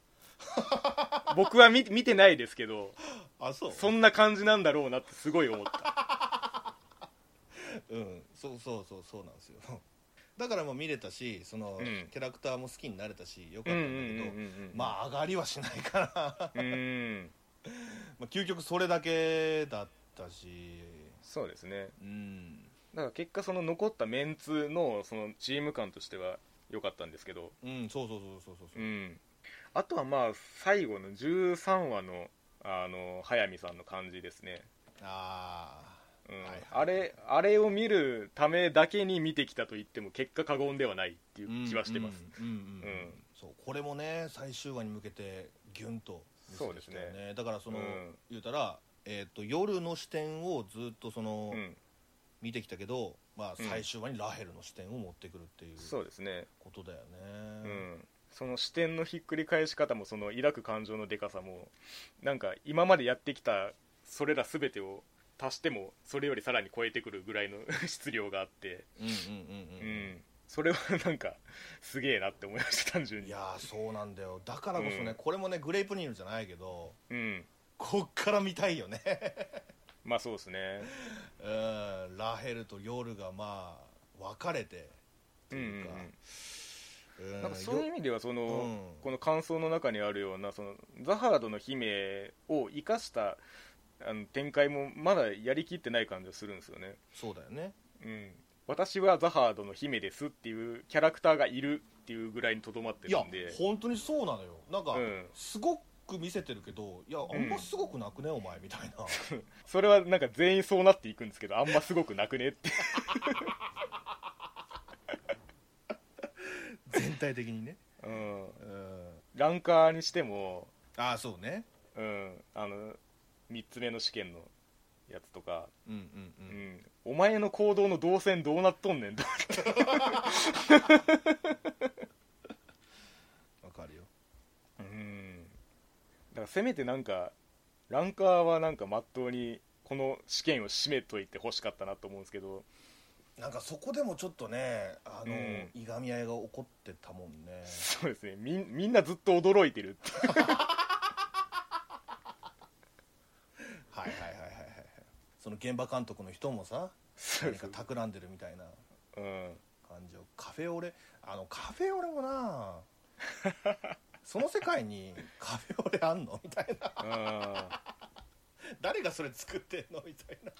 Speaker 1: (laughs) 僕は見見てないですけど
Speaker 2: あそう
Speaker 1: そんな感じなんだろうなってすごい
Speaker 2: (laughs)
Speaker 1: 思った
Speaker 2: うん、そうそうそうそうなんですよ (laughs) だからもう見れたしその、
Speaker 1: うん
Speaker 2: キャラクターも好きになれたしよか
Speaker 1: う
Speaker 2: っ
Speaker 1: んうんう
Speaker 2: た
Speaker 1: ん
Speaker 2: んだけど、
Speaker 1: うん
Speaker 2: まあ上がりはしないから (laughs)
Speaker 1: うん
Speaker 2: まあ究極それだけだったし
Speaker 1: そうですね
Speaker 2: うん
Speaker 1: だから結果その残ったメンツのそのチーム感としては良かったんですけど、
Speaker 2: うんそうそうそうそうそうそううん
Speaker 1: あとはまあ最後の13話のあの速水さんの感じですね、
Speaker 2: あ
Speaker 1: うん
Speaker 2: はいはい
Speaker 1: あれあれを見るためだけに見てきたと言っても結果過言ではないってい
Speaker 2: ー
Speaker 1: う気はしてます、
Speaker 2: うんうん、うん
Speaker 1: う
Speaker 2: うん
Speaker 1: ん
Speaker 2: そうこれもね最終話に向けてギュンと見せてきたよ
Speaker 1: そうで
Speaker 2: だからその、
Speaker 1: うん
Speaker 2: 言うたら、えー、と夜の視点をずっとその、
Speaker 1: うん
Speaker 2: 見てきたけど、まあ、
Speaker 1: うん
Speaker 2: 最終話にラヘルの視点を持ってくるっていう
Speaker 1: そうですね、
Speaker 2: ことだよ
Speaker 1: うん
Speaker 2: ね、
Speaker 1: その視点のひっくり返し方もその抱く感情のでかさもなんか今までやってきたそれら全てを足してもそれよりさらに超えてくるぐらいの (laughs) 質量があって、
Speaker 2: うん、うん
Speaker 1: うん
Speaker 2: うんうん
Speaker 1: それはなんかすげえなって思いました単純
Speaker 2: い
Speaker 1: に
Speaker 2: やーそうなんだよだからこそね、
Speaker 1: うん
Speaker 2: これもねグレープニールじゃないけど (laughs)
Speaker 1: うん
Speaker 2: こっから見たいよね
Speaker 1: ままあそうですね
Speaker 2: うんラヘルとリョールがまあ分かれてと
Speaker 1: うん
Speaker 2: いうか、
Speaker 1: うんなんかそういう意味ではその、
Speaker 2: うん
Speaker 1: この感想の中にあるようなそのザハードの姫を生かしたあの展開もまだやりきってない感じがするんですよね、
Speaker 2: そうだよね
Speaker 1: うん、私はザハードの姫ですっていうキャラクターがいるっていうぐらいにとどまって
Speaker 2: い
Speaker 1: る
Speaker 2: や
Speaker 1: んで
Speaker 2: 本当にそうなのよなんか、
Speaker 1: うん
Speaker 2: すごく見せてるけどいやあんますごくなくね、お前みたいな
Speaker 1: それはなんか全員そうなっていくんですけどあんますごくなくねって
Speaker 2: (laughs) 全体的にね
Speaker 1: うん
Speaker 2: うん
Speaker 1: ランカーにしても、
Speaker 2: ああそうね
Speaker 1: うん、あの3つ目の試験のやつとか、
Speaker 2: うんうんう、
Speaker 1: うんん、お前の行動の動線どうなっとんねんと
Speaker 2: わかるよ
Speaker 1: うんだからせめてなんかランカーはなんかまっとうにこの試験を締めといてほしかったなと思うんですけど
Speaker 2: なんかそこでもちょっとねあの、
Speaker 1: うん
Speaker 2: いがみ合いが起こってたもんね
Speaker 1: そうですねみんみんなずっと驚いてるって
Speaker 2: はいはいはいはいはいその現場監督の人もさ
Speaker 1: そう
Speaker 2: 何
Speaker 1: です
Speaker 2: か企んでるみたいな
Speaker 1: うん
Speaker 2: 感じをカフェオレあのカフェオレもなその世
Speaker 1: (laughs)
Speaker 2: 界にカフェオレあんのみたいな
Speaker 1: あ
Speaker 2: 誰がそれ作ってんのみたい
Speaker 1: (laughs)
Speaker 2: な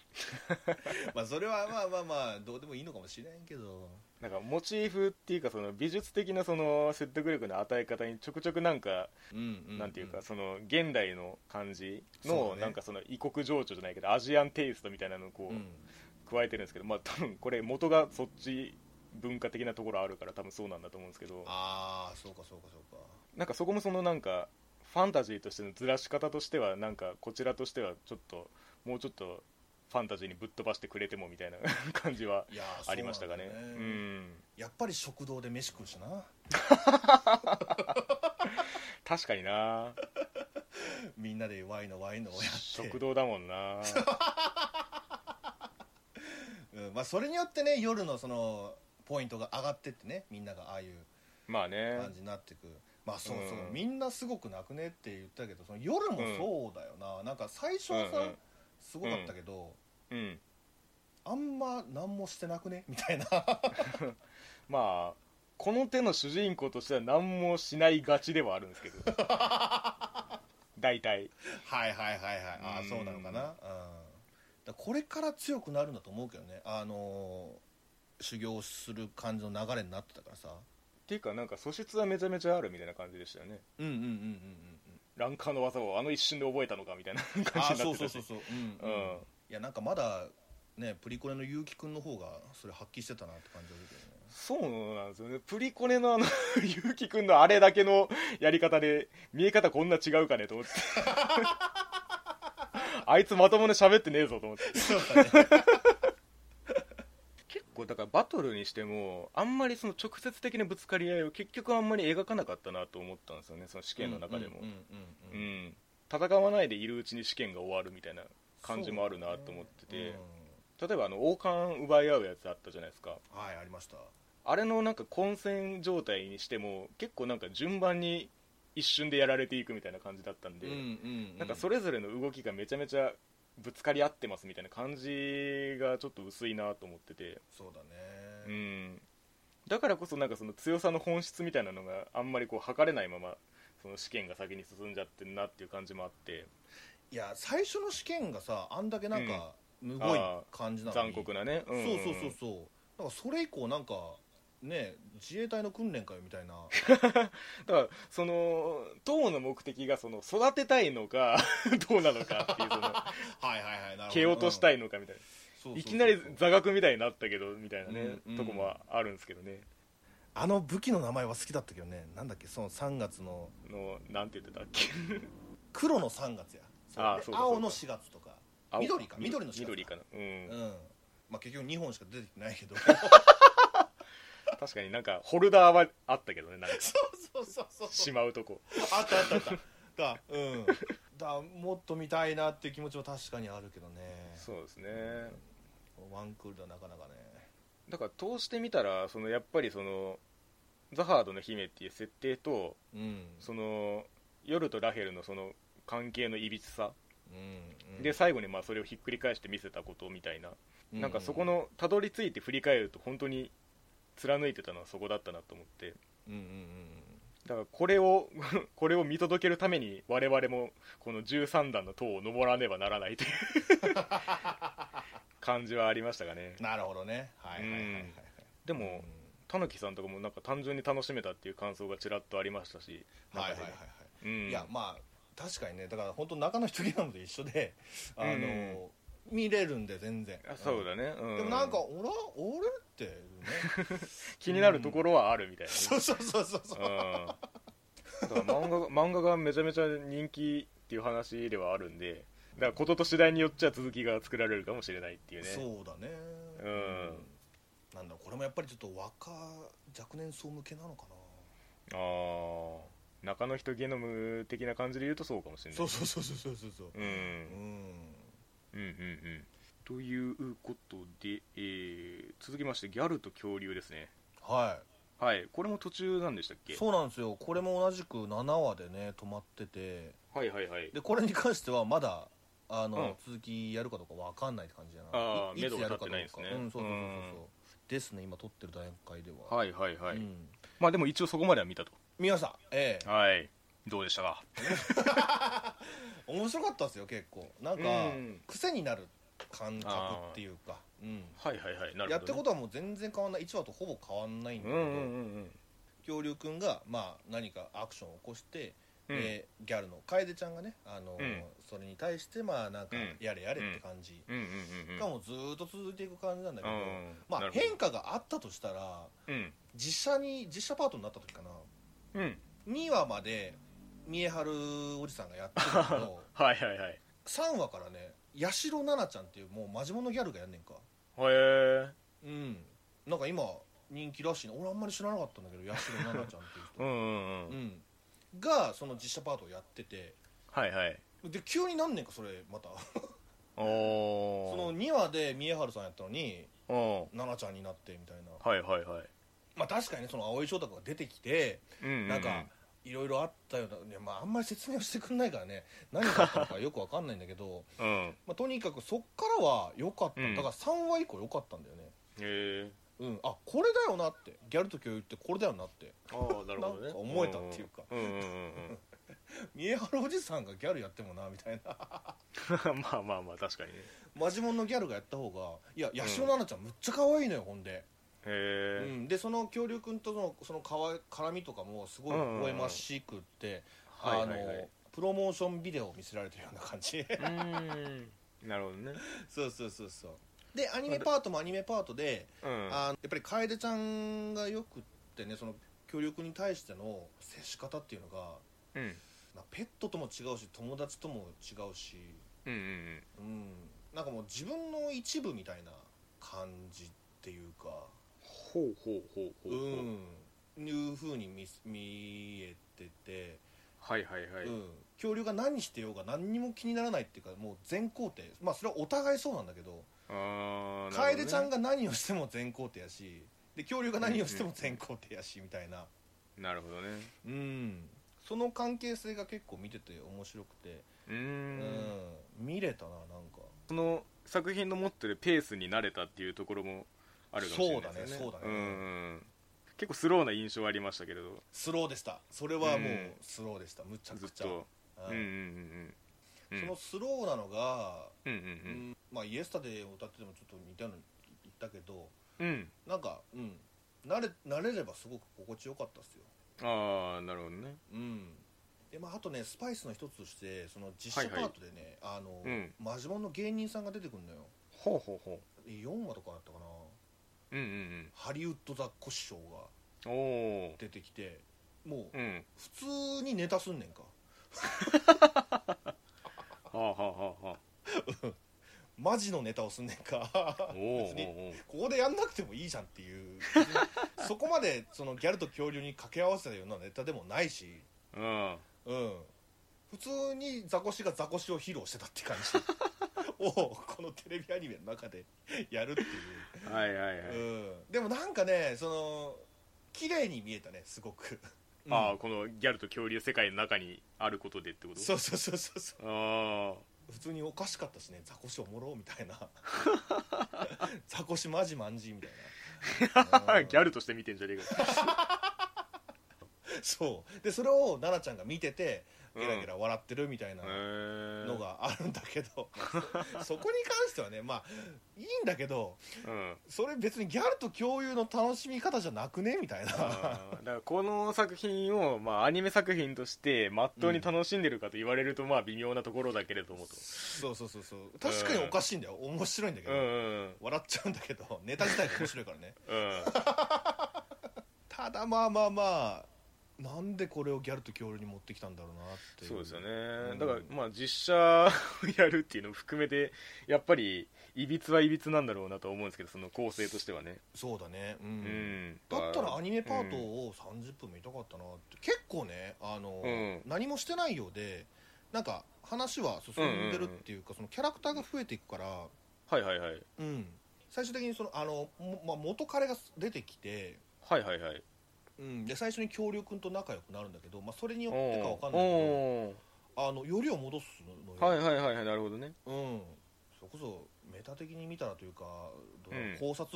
Speaker 2: まあそれはまあまあまあどうでもいいのかもしれんけど
Speaker 1: ーなんかモチーフっていうかその美術的なその説得力の与え方にちょくちょくなんか、
Speaker 2: うんうん
Speaker 1: なんていうかその現代の感じ
Speaker 2: そう
Speaker 1: の
Speaker 2: だね
Speaker 1: なんかその異国情緒じゃないけどアジアンテイストみたいなのをこ
Speaker 2: う
Speaker 1: うん加えてるんですけど、まあ多分これ元がそっち文化的なところあるから多分そうなんだと思うんですけど
Speaker 2: ああそうかそうかそうか
Speaker 1: なんかそこもそのなんかファンタジーとしてのずらし方としてはなんかこちらとしてはちょっともうちょっとファンタジーにぶっ飛ばしてくれてもみたいな (laughs) 感じはい
Speaker 2: やー
Speaker 1: (laughs) ありましたかね
Speaker 2: そううなんだよね
Speaker 1: ん
Speaker 2: やっぱり食堂で飯食うしな
Speaker 1: 確かにな
Speaker 2: みんなでワイのワイのをやって
Speaker 1: 食堂だもん
Speaker 2: (laughs)
Speaker 1: な
Speaker 2: うんまあ、それによってね夜のそのポイントが上がってってねみんながああいう
Speaker 1: まあね
Speaker 2: 感じになってく、まあそうそう、
Speaker 1: うん
Speaker 2: みんなすごくなくねって言ったけどその夜もそうだよな、なんか最初はさ、
Speaker 1: うんうん
Speaker 2: すごかったけど、
Speaker 1: うん
Speaker 2: あんま何もしてなくねみ (laughs) たいな
Speaker 1: まあこの手の主人公としては何もしないがちではあるんです
Speaker 2: (laughs)
Speaker 1: けど大体
Speaker 2: はいはいはいはいああ
Speaker 1: うん
Speaker 2: そうなのかな、うん、だからこれから強くなるんだと思うけどねあのー修行する感じの流れになってたからさ
Speaker 1: っていうかなんか素質はめちゃめちゃあるみたいな感じでしたよね
Speaker 2: うんうんうんうんうん
Speaker 1: ランカーの技をあの一瞬で覚えたのかみたいな (laughs) 感じになっ
Speaker 2: あ
Speaker 1: て
Speaker 2: あ
Speaker 1: たし
Speaker 2: そうそうそうそう、うん
Speaker 1: う
Speaker 2: うんん、いやなんかまだねプリコレの結城くんの方がそれ発揮してたなって感じがするけどね
Speaker 1: そうなんですよね。プリコネの (laughs) あの、ゆうきくんのあれだけのやり方で、見え方こんな違うかねと思 (laughs) って。あいつまともに喋ってねえぞと思って。
Speaker 2: (laughs)
Speaker 1: 結構だからバトルにしても、あんまりその直接的なぶつかり合いを結局あんまり描かなかったなと思ったんですよね、その試験の中でも
Speaker 2: う
Speaker 1: う
Speaker 2: ん。うんうんうん
Speaker 1: ん。戦わないでいるうちに試験が終わるみたいな感じもあるなと思ってて、例えばあの王冠奪い合うやつあったじゃないですか。
Speaker 2: うんはいありました
Speaker 1: あれのなんか混戦状態にしても結構なんか順番に一瞬でやられていくみたいな感じだったんで、
Speaker 2: ん
Speaker 1: なんかそ
Speaker 2: れ
Speaker 1: れぞれの動きがめちゃめちゃぶつかり合ってますみたいな感じがちょっと薄いなと思ってて、
Speaker 2: そうだ
Speaker 1: う
Speaker 2: ね
Speaker 1: ん、だからこそなんかその強さの本質みたいなのがあんまりこう測れないままその試験が先に進んじゃってるなっていう感じもあって
Speaker 2: いや最初の試験がさあんだけなんかむごい感じなのに
Speaker 1: 残酷なね、
Speaker 2: そうそうそう
Speaker 1: う
Speaker 2: そうなんかそれ以降なんかね自衛隊の訓練かよみたい
Speaker 1: (laughs)
Speaker 2: な
Speaker 1: だからその党の目的がその育てたいのか (laughs) どうなのかっていうそ
Speaker 2: (laughs)
Speaker 1: の
Speaker 2: はいはいはいなるほど
Speaker 1: 蹴落としたいのかみたい
Speaker 2: そうそ
Speaker 1: な、
Speaker 2: うそう
Speaker 1: いきなり座学みたいになったけどみたいなね、
Speaker 2: うんうん
Speaker 1: とこもあるんですけどね
Speaker 2: あの武器の名前は好きだったけどねなんだっけその3月の
Speaker 1: のなんて言ってたっ (laughs) け
Speaker 2: 黒の3月やそ
Speaker 1: あー
Speaker 2: れで
Speaker 1: そうかそうか
Speaker 2: 青の4月とか
Speaker 1: 青
Speaker 2: 緑か緑の四月
Speaker 1: 緑かなうん、
Speaker 2: うんまあ結局2本しか出てきてないけど
Speaker 1: 確かになんかホルダーはあったけどねなんか (laughs)
Speaker 2: そうそうそう
Speaker 1: しまうとこ
Speaker 2: あったあったあっただうんだもっと見たいなっていう気持ちも確かにあるけどね
Speaker 1: そうですね
Speaker 2: ワンクールではなかなかね
Speaker 1: だから通してみたらそのやっぱりそのザハードの姫っていう設定と
Speaker 2: うん
Speaker 1: その夜とラヘルのその関係のいびつさ
Speaker 2: うんうん
Speaker 1: で最後にまあそれをひっくり返して見せたことみたいな
Speaker 2: う
Speaker 1: なんかそこのたどり着いて振り返ると本当に貫いてたのはそこだったなと思って
Speaker 2: うんうん
Speaker 1: だからこれを (laughs) これを見届けるために我々もこの13段の塔を登らねばならない
Speaker 2: (laughs)
Speaker 1: という感じはありましたかね
Speaker 2: うんなるほどねはいはいはいはいはい
Speaker 1: で
Speaker 2: う
Speaker 1: もたぬきさんとかもなんか単純に楽しめたっていう感想がちらっとありましたし
Speaker 2: んはいはいは
Speaker 1: 中
Speaker 2: いは
Speaker 1: で
Speaker 2: い
Speaker 1: うん
Speaker 2: いやまあ確かにねだから本当中の人ゲームと一緒であの、
Speaker 1: うん
Speaker 2: 見れるんで全然
Speaker 1: あそうだね、う
Speaker 2: うん
Speaker 1: ん
Speaker 2: でもなんか俺は俺ってね
Speaker 1: 気になるところはあるみたいなね、
Speaker 2: そうそうそうそうそう
Speaker 1: うん、だから漫画が (laughs) 漫画がめちゃめちゃ人気っていう話ではあるんでだからことと次第によっちゃ続きが作られるかもしれないっていうね
Speaker 2: そうだね
Speaker 1: うん
Speaker 2: なんだこれもやっぱりちょっと若若年層向けなのかな
Speaker 1: ああ中の人ゲノム的な感じで言うとそうかもしれない
Speaker 2: そうそうそうそうそうそうそう
Speaker 1: うん、
Speaker 2: うん
Speaker 1: うんうんうんということで、えー続きましてギャルと恐竜ですね
Speaker 2: は
Speaker 1: はいこれも途中なんでしたっ
Speaker 2: い
Speaker 1: け
Speaker 2: そうなんですよこれも同じく7話でね止まってて
Speaker 1: はいはいはい
Speaker 2: でこれに関してはまだあの、
Speaker 1: うん
Speaker 2: 続きやるかどうかわかんないって感じだな
Speaker 1: あー
Speaker 2: いい
Speaker 1: 目処
Speaker 2: つ
Speaker 1: が
Speaker 2: や
Speaker 1: 立
Speaker 2: る
Speaker 1: っ
Speaker 2: かど
Speaker 1: て
Speaker 2: う
Speaker 1: ないん
Speaker 2: か
Speaker 1: ですね
Speaker 2: うんそうそうそうそう
Speaker 1: う
Speaker 2: ですね今撮ってる段階では
Speaker 1: はいはいはい、
Speaker 2: うん
Speaker 1: まあでも一応そこまでは見たと
Speaker 2: 見ましたええ
Speaker 1: はいどうでしたか
Speaker 2: 面白かったですよ結構なんか、
Speaker 1: うん
Speaker 2: 癖になる感覚っていうか、うん、
Speaker 1: はいはいはいなるほど、ね、
Speaker 2: やってることはもう全然変わんない1話とほぼ変わんないんだ
Speaker 1: う
Speaker 2: け
Speaker 1: ん
Speaker 2: ど、
Speaker 1: うんうんうん
Speaker 2: 恐竜くんが、まあ、何かアクションを起こして、
Speaker 1: うん
Speaker 2: でギャルの楓ちゃんがね、あの
Speaker 1: うん
Speaker 2: それに対してまあなん
Speaker 1: う
Speaker 2: か
Speaker 1: ん
Speaker 2: やれやれって感じ
Speaker 1: うんうんうん
Speaker 2: がもうずーっと続いていく感じなんだけど、
Speaker 1: うん
Speaker 2: ま
Speaker 1: な
Speaker 2: あ
Speaker 1: るほど
Speaker 2: 変化があったとしたら
Speaker 1: うん
Speaker 2: 実写に実写パートになった時かな
Speaker 1: うん
Speaker 2: 2話まで三重春おじさんがやってるんだけ
Speaker 1: (laughs)
Speaker 2: ど
Speaker 1: はいはいはいへ
Speaker 2: 3話からね八代奈々ちゃんっていうもうマジモノギャルがやんねんか
Speaker 1: え
Speaker 2: うんなんか今人気らしいな俺あんまり知らなかったんだけど八代奈々ちゃんっていう人
Speaker 1: うんうんう
Speaker 2: うんんがその実写パートをやってて
Speaker 1: はいはい
Speaker 2: で急に何年かそれまた
Speaker 1: お
Speaker 2: その
Speaker 1: お
Speaker 2: 2話で三重春さんやったのに
Speaker 1: その
Speaker 2: 奈々ちゃんになってみたいな
Speaker 1: はいはいはい
Speaker 2: まあ確かにねその蒼井翔太君が出てきて
Speaker 1: うんうう
Speaker 2: なんかいろいろあったようないやまああんまり説明をしてくんないからね何があったのかよくわかんないんだけど、 (laughs)
Speaker 1: うんへ
Speaker 2: まあ、とにかくそっからは良かった、
Speaker 1: うん
Speaker 2: だから3話以降良かったんだよね
Speaker 1: え
Speaker 2: うんあこれだよなってギャルと共有ってこれだよなって
Speaker 1: ああなるほど
Speaker 2: なん
Speaker 1: ね
Speaker 2: か思えたっていうか
Speaker 1: うんうんうん
Speaker 2: (laughs)
Speaker 1: (laughs)
Speaker 2: 三重春おじさんがギャルやってもなみたいな
Speaker 1: うんまあまあまあ確かにね
Speaker 2: (laughs) マジモンのギャルがやった方がいや八代奈々ちゃんむっちゃ可愛いのよほんで、
Speaker 1: へ
Speaker 2: う
Speaker 1: え
Speaker 2: ん、でその恐竜くんとのそのかわい絡みとかもすごい微笑ましくって、
Speaker 1: はいはいは
Speaker 2: あの
Speaker 1: い
Speaker 2: プロモーションビデオを見せられてるような感じ
Speaker 1: うんなるほどね
Speaker 2: (laughs) そうそうそうそうでアニメパートもアニメパートで、
Speaker 1: うん
Speaker 2: あのやっぱり楓ちゃんがよくってねその恐竜くんに対しての接し方っていうのが、
Speaker 1: うん
Speaker 2: まあ、ペットとも違うし友達とも違うし
Speaker 1: うんうん
Speaker 2: うんなんかもう自分の一部みたいな感じっていうか
Speaker 1: ほうほうほうほ
Speaker 2: う
Speaker 1: うほうん
Speaker 2: いう風に見す見えてて、
Speaker 1: はいはいはい
Speaker 2: うん、恐竜が何してようが何にも気にならないっていうかもう全肯定まあそれはお互いそうなんだけど
Speaker 1: ああ
Speaker 2: 楓ちゃん
Speaker 1: が
Speaker 2: が何をしても全肯定やしで恐竜が何をしても全肯定やしみたいな、
Speaker 1: なるほどね
Speaker 2: うん、その関係性が結構見てて面白くて、
Speaker 1: う
Speaker 2: うん見れたななんか
Speaker 1: その作品の持ってるペースに慣れたっていうところもあるかもしれないですね
Speaker 2: そうだねそうだね
Speaker 1: ん結構スローな印象はありましたけれど
Speaker 2: スローでしたそれ
Speaker 1: う
Speaker 2: はもう
Speaker 1: ん
Speaker 2: スローでした、むちゃ
Speaker 1: ずっ
Speaker 2: くちゃ、
Speaker 1: とうんう
Speaker 2: う
Speaker 1: んんうんうん
Speaker 2: そのスローなのが、
Speaker 1: うん
Speaker 2: うんまあ、イエスタデーを歌っててもちょっと似たようなの言ったけど
Speaker 1: うんうんうん
Speaker 2: なんか、うん、慣れ慣れればすごく心地よかったですよ、
Speaker 1: ああなるほどね
Speaker 2: うんでまあ、あとねスパイスの一つとしてその実写パートでね、あの
Speaker 1: うん
Speaker 2: マジモンの芸人さんが出てくるのよ
Speaker 1: ほうほうほ
Speaker 2: 4話とかだったかな
Speaker 1: ううんうん
Speaker 2: ハリウッドザコシショウが
Speaker 1: うんおお
Speaker 2: 出てきてもう
Speaker 1: うん
Speaker 2: 普通にネタすんねんか
Speaker 1: はあはあはあは
Speaker 2: マジのネタをすんねんか
Speaker 1: あおー
Speaker 2: (laughs) 別に
Speaker 1: おー
Speaker 2: ここでやんなくてもいいじゃんって (laughs) いうそこまでそのギャルと恐竜に掛け合わせたようなネタでもないし、
Speaker 1: おーうん
Speaker 2: うん、普通にザコシがザコシを披露してたって感 (laughs) じをこのテレビアニメの中でやるってい、
Speaker 1: はいはいうは
Speaker 2: う
Speaker 1: い
Speaker 2: ん、でもなんかねその綺麗に見えたねすごく、うん
Speaker 1: ああこのギャルと恐竜世界の中にあることでってこと
Speaker 2: そうそうそうそうそう
Speaker 1: ああ
Speaker 2: 普通におかしかったしねザコシおもろみたい (laughs) なザコシマジマンジみたい (laughs) な
Speaker 1: ギャルとして見てんじゃねえか
Speaker 2: (laughs) そうでそれを奈々ちゃんが見てて
Speaker 1: うん
Speaker 2: ゲラゲラ笑ってるみたいなの
Speaker 1: の、
Speaker 2: があるんだけど、 (laughs) まあそそこに関してはねまあいいんだけど
Speaker 1: うん、
Speaker 2: それ別にギャルと共有の楽しみ方じゃなくねみたいな
Speaker 1: あーだからこの作品を、まあ、アニメ作品としてまっとうに楽しんでるかと言われると、まあ微妙なところだけれどもと
Speaker 2: そうそうそうそう確かにおかしいんだよ面白いんだけ
Speaker 1: う
Speaker 2: ど、
Speaker 1: んうん
Speaker 2: 笑っちゃうんだけどネタ自体が面白いから
Speaker 1: (laughs)
Speaker 2: ね
Speaker 1: うん
Speaker 2: ただまあまあまあなんでこれをギャルと恐竜に持ってきたんだろうなっていう
Speaker 1: そうですよね、
Speaker 2: ん
Speaker 1: だからまあ実写 (laughs) をやるっていうのも含めてやっぱりいびつはいびつなんだろうなと思うんですけどその構成としてはね、
Speaker 2: そうだねうん、
Speaker 1: うん
Speaker 2: だったらアニメパート
Speaker 1: うん
Speaker 2: を30分見たかったなって、結構ねあの、
Speaker 1: うん
Speaker 2: 何もしてないようでなんか話は進んでるっていうか、そのキャラクターが増えていくから、
Speaker 1: はいはいはい
Speaker 2: うん、最終的にそのあの、もまあ、元彼が出てきて、
Speaker 1: はいはいはい
Speaker 2: うん、で最初に恐竜くんと仲良くなるんだけど、まあ、それによ
Speaker 1: お
Speaker 2: ってかわかんないけ
Speaker 1: お
Speaker 2: どあのよりを戻すのよ、
Speaker 1: ーはいはいはいはいなるほどね
Speaker 2: うん、それこそメタ的に見たらというかどうだろう
Speaker 1: うん
Speaker 2: 考察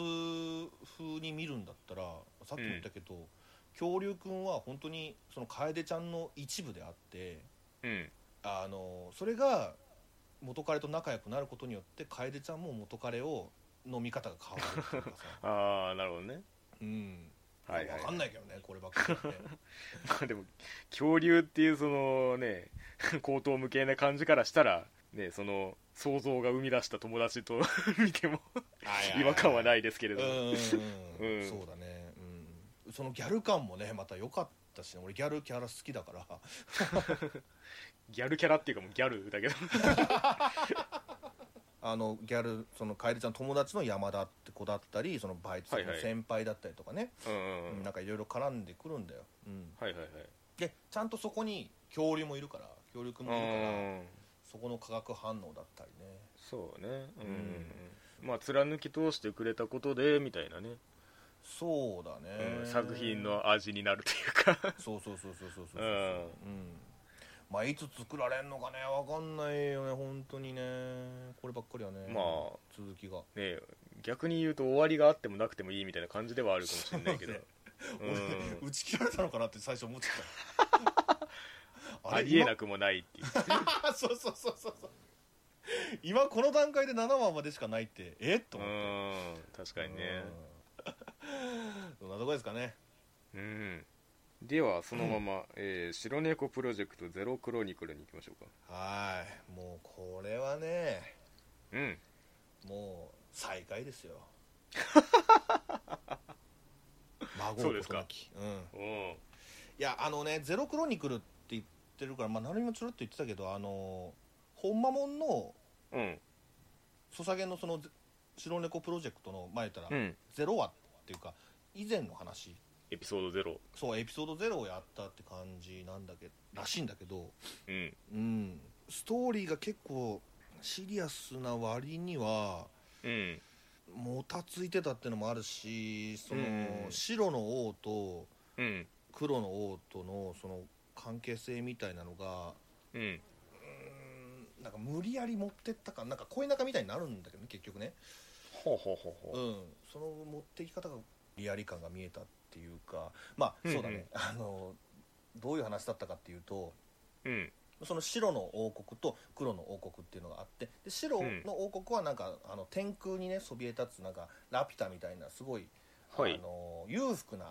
Speaker 2: 風に見るんだったらさっきも言ったけど、恐竜くんは本当にその楓ちゃんの一部であって
Speaker 1: うん
Speaker 2: あのそれが元彼と仲良くなることによって楓ちゃんも元彼をの見方が変わるって
Speaker 1: (laughs)
Speaker 2: いうかさ
Speaker 1: ああなるほどね
Speaker 2: うん、
Speaker 1: はいはい
Speaker 2: 分かんないけどねこればっかりはね
Speaker 1: まあでも恐竜っていうそのね (laughs) 高等無形な感じからしたらねその想像が生み出した友達と (laughs) 見ても違和 (laughs) 感はいないですけれ
Speaker 2: け
Speaker 1: ど
Speaker 2: ど、う
Speaker 1: も
Speaker 2: んうんう、
Speaker 1: うんん
Speaker 2: そうだね、うん、そのギャル感もねまた良かったしね、俺ギャルキャラ好きだから
Speaker 1: ギャルキャラっていうかもうギャルだけど
Speaker 2: あのギャルその楓ちゃんの友達の山田って子だったりそのバイト先の
Speaker 1: はいはい
Speaker 2: 先輩だったりとかね、
Speaker 1: うんうんうん
Speaker 2: うんなんかいろいろ絡んでくるんだよ、うん、
Speaker 1: はいはいはい
Speaker 2: でちゃんとそこに恐竜もいるから恐竜くんもいるから
Speaker 1: うん
Speaker 2: そこの化学反応だったりね
Speaker 1: そうねうん、まあ貫き通してくれたことでみたいなね、
Speaker 2: そうだね、
Speaker 1: うん作品の味になるというか (laughs)
Speaker 2: そうそうそうそうそうそうそう、
Speaker 1: うん
Speaker 2: うんまあいつ作られんのかねわかんないよね本当にねこればっかりはね
Speaker 1: まあ
Speaker 2: 続きが
Speaker 1: ね逆に言うと終わりがあってもなくてもいいみたいな感じではあるかもしれないけど
Speaker 2: そう
Speaker 1: うん
Speaker 2: 俺 (laughs) 打ち切られたのかなって最初思っち
Speaker 1: (laughs)
Speaker 2: ゃった
Speaker 1: ありえなくもないっていう
Speaker 2: あ (laughs) そうそうそうそうそう今この段階で7話までしかないってえっと
Speaker 1: う
Speaker 2: 思って
Speaker 1: ん確かにね
Speaker 2: うん (laughs) そんなとこですかね
Speaker 1: うんではそのまま、えー白猫プロジェクトゼロクロニクル」に行きましょうか
Speaker 2: はーいもうこれはね
Speaker 1: うん
Speaker 2: もう最下位で
Speaker 1: (laughs)
Speaker 2: すよ孫
Speaker 1: そ
Speaker 2: を
Speaker 1: うで
Speaker 2: こ
Speaker 1: す
Speaker 2: とな
Speaker 1: か
Speaker 2: きうんい
Speaker 1: おう
Speaker 2: やあのね「ゼロクロニクル」って言ってるからまあ何もちょろっと言ってたけどあの本間もんの
Speaker 1: うん
Speaker 2: ソサゲのその白猫プロジェクトの前言ったら、
Speaker 1: うん
Speaker 2: ゼロ話っていうか以前の話
Speaker 1: エピソードゼロ
Speaker 2: そうエピソードゼロをやったって感じなんだけらしいんだけど
Speaker 1: うん
Speaker 2: うんストーリーが結構シリアスな割には
Speaker 1: うん
Speaker 2: もたついてたってのもあるしその、
Speaker 1: うん
Speaker 2: 白の王と
Speaker 1: うん
Speaker 2: 黒の王とのその関係性みたいなのが
Speaker 1: うん
Speaker 2: うんなんか無理やり持ってったかなんか恋仲みたいになるんだけどね結局ね
Speaker 1: ほうほうほう
Speaker 2: う、
Speaker 1: ほうん
Speaker 2: その持っていき方がリアリ感が見えたっていうかまあそうだね、あのどういう話だったかっていうと
Speaker 1: うん
Speaker 2: その白の王国と黒の王国っていうのがあってで白の王国はなんか、あの天空にねそびえ立つなんかラピュタみたいなすごい、
Speaker 1: はい
Speaker 2: あの裕福な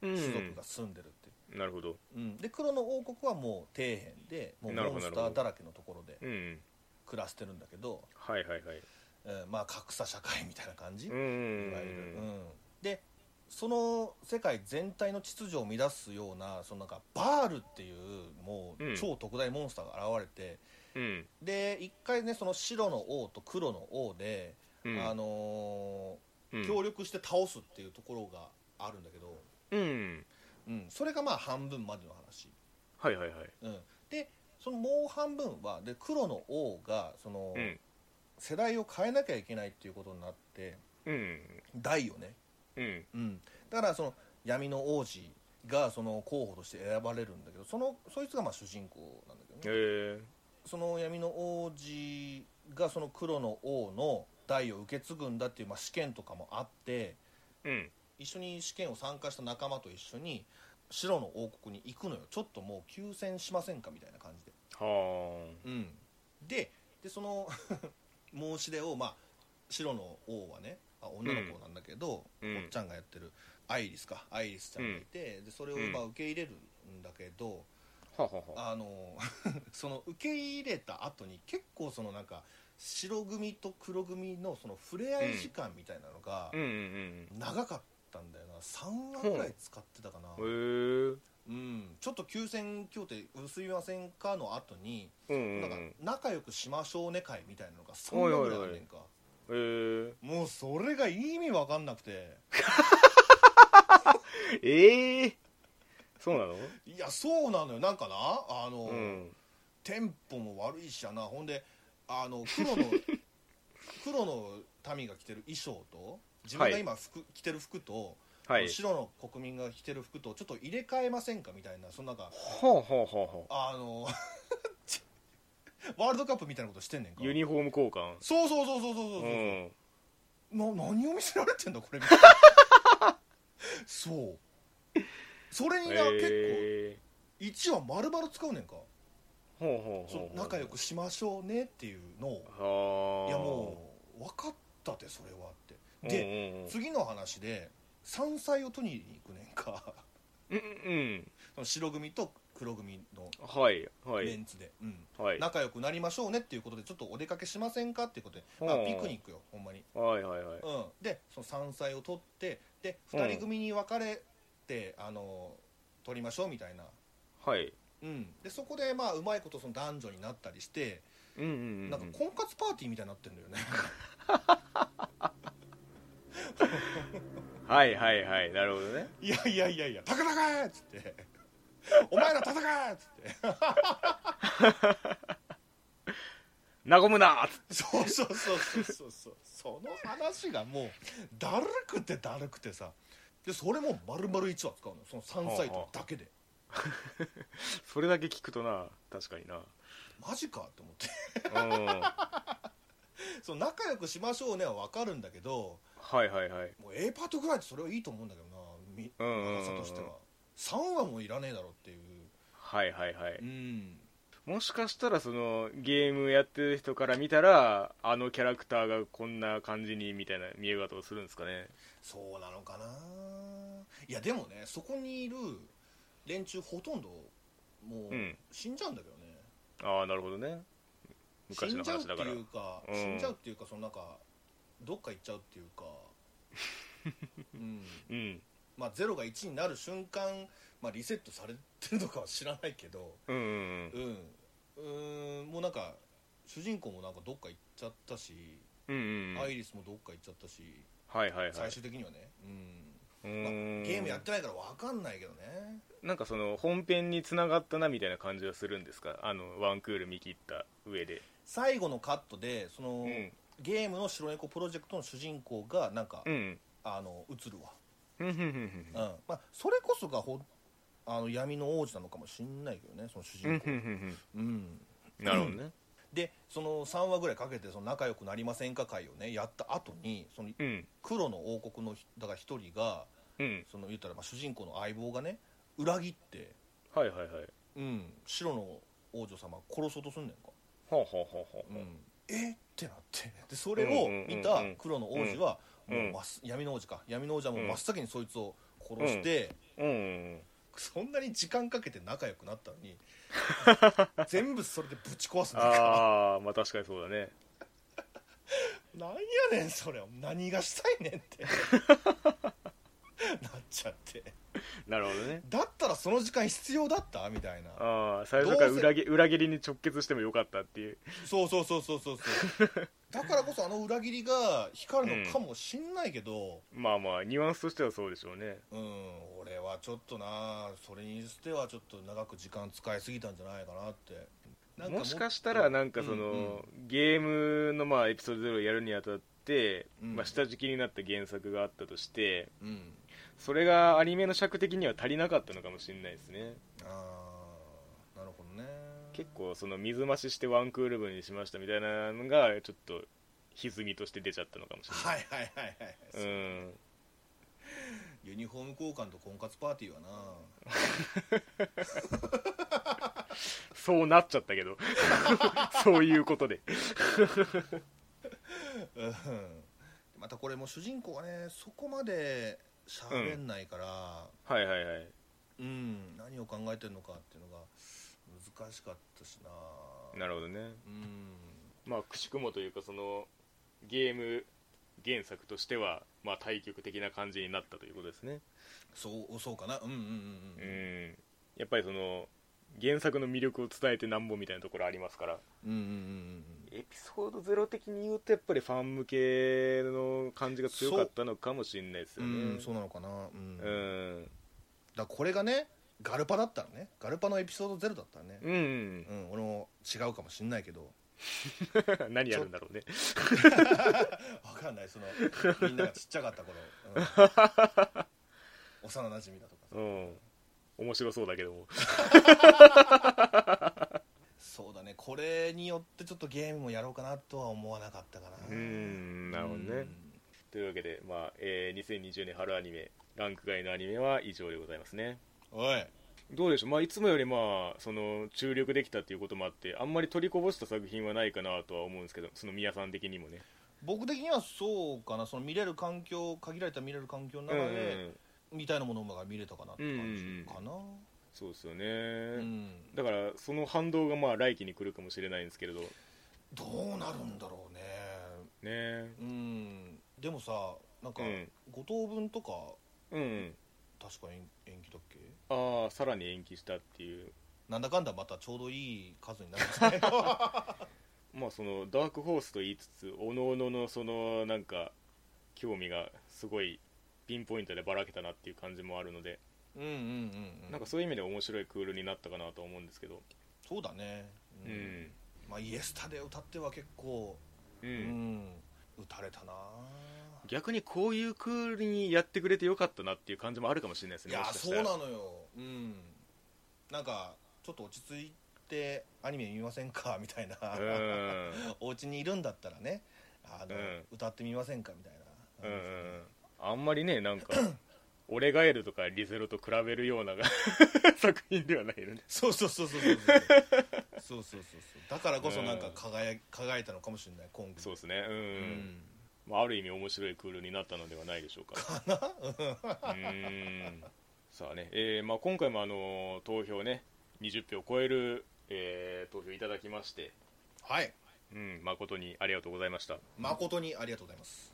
Speaker 1: う
Speaker 2: 種
Speaker 1: ん
Speaker 2: 族が住んでるっていう、
Speaker 1: なるほど
Speaker 2: うんで黒の王国はもう底辺でもう
Speaker 1: なるほ
Speaker 2: モ
Speaker 1: ど
Speaker 2: ンス
Speaker 1: なる
Speaker 2: ター
Speaker 1: ほど
Speaker 2: だらけのところで
Speaker 1: うん
Speaker 2: 暮らしてるんだけど、
Speaker 1: はいはいはい
Speaker 2: えーまあ格差社会みたいな感じ、
Speaker 1: うん
Speaker 2: いわゆる、うん、でその世界全体の秩序を乱すようなそのなんかバールっていうも
Speaker 1: う
Speaker 2: うん超特大モンスターが現れて、
Speaker 1: うん
Speaker 2: で一回ねその白の王と黒の王で、
Speaker 1: うん
Speaker 2: あの
Speaker 1: う
Speaker 2: ー
Speaker 1: ん
Speaker 2: 協力して倒すっていうところがあるんだけど、
Speaker 1: うん
Speaker 2: うん、それがまあ半分までの話、
Speaker 1: はいはいはい
Speaker 2: うん、でそのもう半分はで黒の王がその、
Speaker 1: うん
Speaker 2: 世代を変えなきゃいけないっていうことになって
Speaker 1: うん
Speaker 2: 代をね
Speaker 1: うん
Speaker 2: うん、だからその闇の王子がその候補として選ばれるんだけどそのそいつがまあ主人公なんだけ
Speaker 1: え
Speaker 2: どね、
Speaker 1: ー
Speaker 2: その闇の王子がその黒の王の代を受け継ぐんだっていう、まあ、試験とかもあって
Speaker 1: うん
Speaker 2: 一緒に試験を参加した仲間と一緒に白の王国に行くのよちょっともう休戦しませんかみたいな感じで、
Speaker 1: は
Speaker 2: うん、ででその (laughs) 申し出を、まあ、白の王はね、まあ、女の子なんだけど、
Speaker 1: うんうん
Speaker 2: おっちゃんがやってるアイリスかアイリスちゃんがいて、でそれをまあ受け入れるんだけど、
Speaker 1: あはあはあ
Speaker 2: あの (laughs) その受け入れた後に結構そのなんか白組と黒組のその触れ合い時間みたいなのが
Speaker 1: うんうんうん
Speaker 2: 長かったんだよな3話ぐらい使ってたかな、
Speaker 1: へえ
Speaker 2: うん、ちょっと休戦協定すいませんかの後に、
Speaker 1: うんうんう
Speaker 2: な
Speaker 1: ん
Speaker 2: んか
Speaker 1: へ
Speaker 2: 仲良くしましょうね会みたいなのが3話ぐらいあんねんか
Speaker 1: え
Speaker 2: もうそれが意味わかんなくて
Speaker 1: ええそうなの
Speaker 2: いやそうなのよなんかなあの、
Speaker 1: うん
Speaker 2: テンポも悪いしやなほんであの
Speaker 1: (laughs)
Speaker 2: 黒の黒の民が着てる衣装と自分が今服、着てる服と、
Speaker 1: はい
Speaker 2: 白の国民が着てる服とちょっと入れ替えませんかみたいなそのなん
Speaker 1: は
Speaker 2: か
Speaker 1: あはあはあはあ
Speaker 2: あの (laughs) ちワールドカップみたいなことしてんねんか
Speaker 1: ユニフォーム交換
Speaker 2: そうそうそうそうそうそうう、うんな何を見せられてんだこれみたいなそうそれにな、
Speaker 1: え
Speaker 2: 結構1話丸々使うねんか
Speaker 1: えほうほう
Speaker 2: そ
Speaker 1: ほう
Speaker 2: の
Speaker 1: ほう
Speaker 2: 仲良くしましょうねっていうのを
Speaker 1: はいあ
Speaker 2: やもう分かったてそれはってで、
Speaker 1: で
Speaker 2: 次の話で山菜を取りに行くねんか (laughs)
Speaker 1: うんうん
Speaker 2: その白組と黒組の
Speaker 1: はいは
Speaker 2: メ
Speaker 1: い
Speaker 2: ンツで、うん
Speaker 1: はい
Speaker 2: 仲良くなりましょうねっていうことでちょっとお出かけしませんかっていうことで、
Speaker 1: ほう
Speaker 2: まあ、ピクニックよほんまに、
Speaker 1: はいはいはい
Speaker 2: うん、でその山菜を取ってで
Speaker 1: うん
Speaker 2: 2人組に分かれて、あの取りましょうみたいな、
Speaker 1: はい
Speaker 2: うん、でそこでまあうまいことその男女になったりして、
Speaker 1: うんうんうん
Speaker 2: なんか婚活パーティーみたいになってるんだよね
Speaker 1: はいはいはいなるほどね
Speaker 2: いやいやいやいや「高々!」っつって「お前ら戦え!」っつって
Speaker 1: 和むな
Speaker 2: そうそうそうそうそうそうその話がもうだるくてだるくてさでそれも丸々1話使うのその3歳とだけで
Speaker 1: それだけ聞くとな確かにな
Speaker 2: マジかと思って
Speaker 1: うん
Speaker 2: その仲良くしましょうねは分かるんだけど
Speaker 1: はいはいはい
Speaker 2: もう A パートぐらいでそれはいいと思うんだけどなみ
Speaker 1: うんうんうん
Speaker 2: 長さとしては3話もいらねえだろっていう
Speaker 1: はいはいはい
Speaker 2: うん
Speaker 1: もしかしたらそのゲームやってる人から見たらあのキャラクターがこんな感じにみたいな見え方をするんですかね
Speaker 2: そうなのかないやでもねそこにいる連中ほとんどもう
Speaker 1: うん
Speaker 2: 死んじゃうんだけどね、
Speaker 1: ああなるほどね昔の話だから
Speaker 2: 死んじゃうっていうか、
Speaker 1: うん
Speaker 2: 死んじゃうっていうかそのなんかどっか行っちゃうっていう
Speaker 1: (laughs)
Speaker 2: か、うん
Speaker 1: うん
Speaker 2: まあ、ゼロが1になる瞬間、まあ、リセットされてるのかは知らないけど
Speaker 1: うんうん
Speaker 2: うんうーんもうなんか主人公もなんかどっか行っちゃったし、
Speaker 1: うんうんうん
Speaker 2: ア
Speaker 1: はい
Speaker 2: イリスもどっか行っちゃったし、
Speaker 1: はいはい
Speaker 2: 最終的にはね、
Speaker 1: う
Speaker 2: うんまあ
Speaker 1: ん
Speaker 2: ゲームやってないから分かんないけどね
Speaker 1: なんかその本編に繋がったなみたいな感じはするんですかあのワンクール見切った上で
Speaker 2: 最後のカットでその、
Speaker 1: うん
Speaker 2: ゲームの白猫プロジェクトの主人公がなんか、
Speaker 1: うん
Speaker 2: あの映るわ
Speaker 1: うんうんうん
Speaker 2: うんまあ、それこそがほあの闇の王子なのかもしんないけどねその主
Speaker 1: うんうん
Speaker 2: 人公、うん
Speaker 1: うんなるほどね
Speaker 2: でその3話ぐらいかけてその仲良くなりませんか会をねやった後にその
Speaker 1: うん
Speaker 2: 黒の王国のひだから一人が
Speaker 1: うん
Speaker 2: その言ったらまあ主人公の相棒がね裏切って、
Speaker 1: はいはいはいは
Speaker 2: うん、白の王女様殺そうとすんねんか、
Speaker 1: あはあはあは
Speaker 2: う
Speaker 1: あ
Speaker 2: ん、えってなってでそれを見た黒の王子は
Speaker 1: うん
Speaker 2: もう真っ闇の王子か闇の王子はもう真っ先にそいつを殺して、
Speaker 1: うんうん
Speaker 2: そんなに時間かけて仲良くなったの
Speaker 1: (laughs)
Speaker 2: に全部それでぶち壊すんだか
Speaker 1: ああまあ確かにそうだね
Speaker 2: なんやねんそれ何がしたいねんって
Speaker 1: (laughs)
Speaker 2: なっちゃって
Speaker 1: なるほどね
Speaker 2: だったらその時間必要だったみたいな
Speaker 1: ああ最初から裏切裏切りに直結してもよかったっていう
Speaker 2: そうそうそうそうそうそう
Speaker 1: (laughs)
Speaker 2: だからこそあの裏切りが光るのかもしんないけど、
Speaker 1: まあまあニュアンスとしてはそうでしょうね
Speaker 2: うん、俺はちょっとなそれにしてはちょっと長く時間使いすぎたんじゃないかなってなん
Speaker 1: もしか
Speaker 2: し
Speaker 1: したらなんかその、
Speaker 2: うん
Speaker 1: ゲームのまあエピソード0をやるにあたって、
Speaker 2: うん
Speaker 1: まあ、下敷きになった原作があったとして
Speaker 2: うん
Speaker 1: それがアニメの尺的には足りなかったのかもしれないですね
Speaker 2: ああなるほどね
Speaker 1: 結構その水増ししてワンクール分にしましたみたいなのがちょっと歪みとして出ちゃったのかもしれない、
Speaker 2: はいはいはいはい、
Speaker 1: うん
Speaker 2: ユニフォーム交換と婚活パーティーはな
Speaker 1: (laughs) そうなっちゃったけど (laughs) そういうことで
Speaker 2: うんまたこれも主人公はねそこまで喋んないから、
Speaker 1: はいはいはい
Speaker 2: うん何を考えてるのかっていうのが難しかったしな
Speaker 1: なるほどね
Speaker 2: うん
Speaker 1: まあくしくもというかそのゲーム原作としてはまあ対局的な感じになったということですね
Speaker 2: そうそうかなうんうん
Speaker 1: う
Speaker 2: うん
Speaker 1: んやっぱりその原作の魅力を伝えてなんぼみたいなところありますから
Speaker 2: うんうんうんうん
Speaker 1: エピソード0的に言うとやっぱりファン向けの感じが強かったのかもしれないです
Speaker 2: う
Speaker 1: よ
Speaker 2: ん
Speaker 1: ね
Speaker 2: うんそうなのかなうん、
Speaker 1: うん
Speaker 2: だからこれがねガルパだったらねガルパのエピソード0だったらね
Speaker 1: うん
Speaker 2: うん、俺も違うかもしんないけど
Speaker 1: 何やるんだろうね
Speaker 2: 分かんないそ
Speaker 1: (laughs)
Speaker 2: のみんながちっちゃかった頃、うん幼なじみだとかさ
Speaker 1: うん面白そうだけども
Speaker 2: そうだねこれによってちょっとゲームもやろうかなとは思わなかったかな
Speaker 1: うんなるほど
Speaker 2: う
Speaker 1: ね
Speaker 2: ん
Speaker 1: というわけで、まあえー2020年春アニメランク外のアニメは以上でございますね
Speaker 2: おい
Speaker 1: どうでしょう、まあ、いつもよりまあその注力できたっていうこともあってあんまり取りこぼした作品はないかなとは思うんですけどその宮さん的にもね
Speaker 2: 僕的にはそうかなその見れる環境限られた見れる環境の中
Speaker 1: うんう
Speaker 2: で、
Speaker 1: ん
Speaker 2: みたいなものが見れたかなって感じかな
Speaker 1: そうですよね、
Speaker 2: うん、
Speaker 1: だからその反動がまあ来期に来るかもしれないんですけれどね
Speaker 2: どうなるんだろうね
Speaker 1: え
Speaker 2: うんでもさなんか、
Speaker 1: うん
Speaker 2: 五等分とか
Speaker 1: うんうん
Speaker 2: 確か延延期だっけ
Speaker 1: ああさらに延期したっていう
Speaker 2: なんだかんだまたちょうどいい数になりま
Speaker 1: (laughs)
Speaker 2: したね
Speaker 1: まあそのダークホースと言いつつおのおののそのなんか興味がすごいピンポイントでばらけたなっていう感じもあるので、
Speaker 2: うんうんうん,、うん、
Speaker 1: なんかそういう意味で面白いクールになったかなと思うんですけど
Speaker 2: そうだね
Speaker 1: うん、
Speaker 2: まあ、イエスタで歌っては結構、
Speaker 1: うん
Speaker 2: うん打たれたな
Speaker 1: 逆にこういうクールにやってくれてよかったなっていう感じもあるかもしれないです
Speaker 2: い
Speaker 1: ね
Speaker 2: や
Speaker 1: もしかし
Speaker 2: そう
Speaker 1: たら
Speaker 2: なのようんなんかちょっと落ち着いてアニメ見ませんか (laughs) みたいな、
Speaker 1: うん
Speaker 2: お家にいるんだったらねあの、
Speaker 1: うん
Speaker 2: 歌ってみませんかみたいな、
Speaker 1: うんうんうんあんまりね (clears throat) なんか「俺ガエル」とか「リゼロ」と比べるような (laughs) 作品ではないよね
Speaker 2: そうそうそうそうそう
Speaker 1: (laughs)
Speaker 2: そうそうそうそうそうだからこそなんか輝,、輝いたのかもしれない今後
Speaker 1: そうですねうん、
Speaker 2: うん
Speaker 1: まあ、ある意味面白いクールになったのではないでしょうかうーんさあね、えーまあ、今回も、あのー投票ね20票を超える、えー投票いただきまして、
Speaker 2: はい
Speaker 1: うん、誠にありがとうございました
Speaker 2: 誠にありがとうございます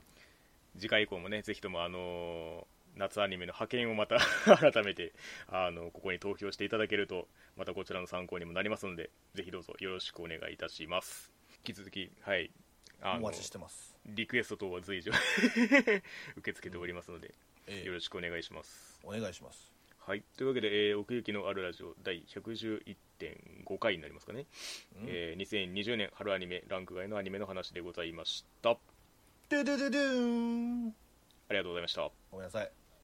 Speaker 1: 次回以降もねぜひとも、あのー夏アニメの派遣をまた (laughs) 改めてあのここに投票していただけるとまたこちらの参考にもなりますのでぜひどうぞよろしくお願いいたします引き続きはいあ
Speaker 2: お
Speaker 1: の
Speaker 2: 待ちしてます
Speaker 1: リクエスト等は随時 (laughs) 受け付けておりますので、
Speaker 2: ええ
Speaker 1: よろしくお願いします
Speaker 2: お願いします
Speaker 1: はい、というわけで、えー奥行きのあるラジオ第111.5回になりますかね、
Speaker 2: うん
Speaker 1: えー2020年春アニメランク外のアニメの話でございましたあ
Speaker 2: ドゥドゥドゥドゥーン
Speaker 1: りがとうございました
Speaker 2: ごめんなさい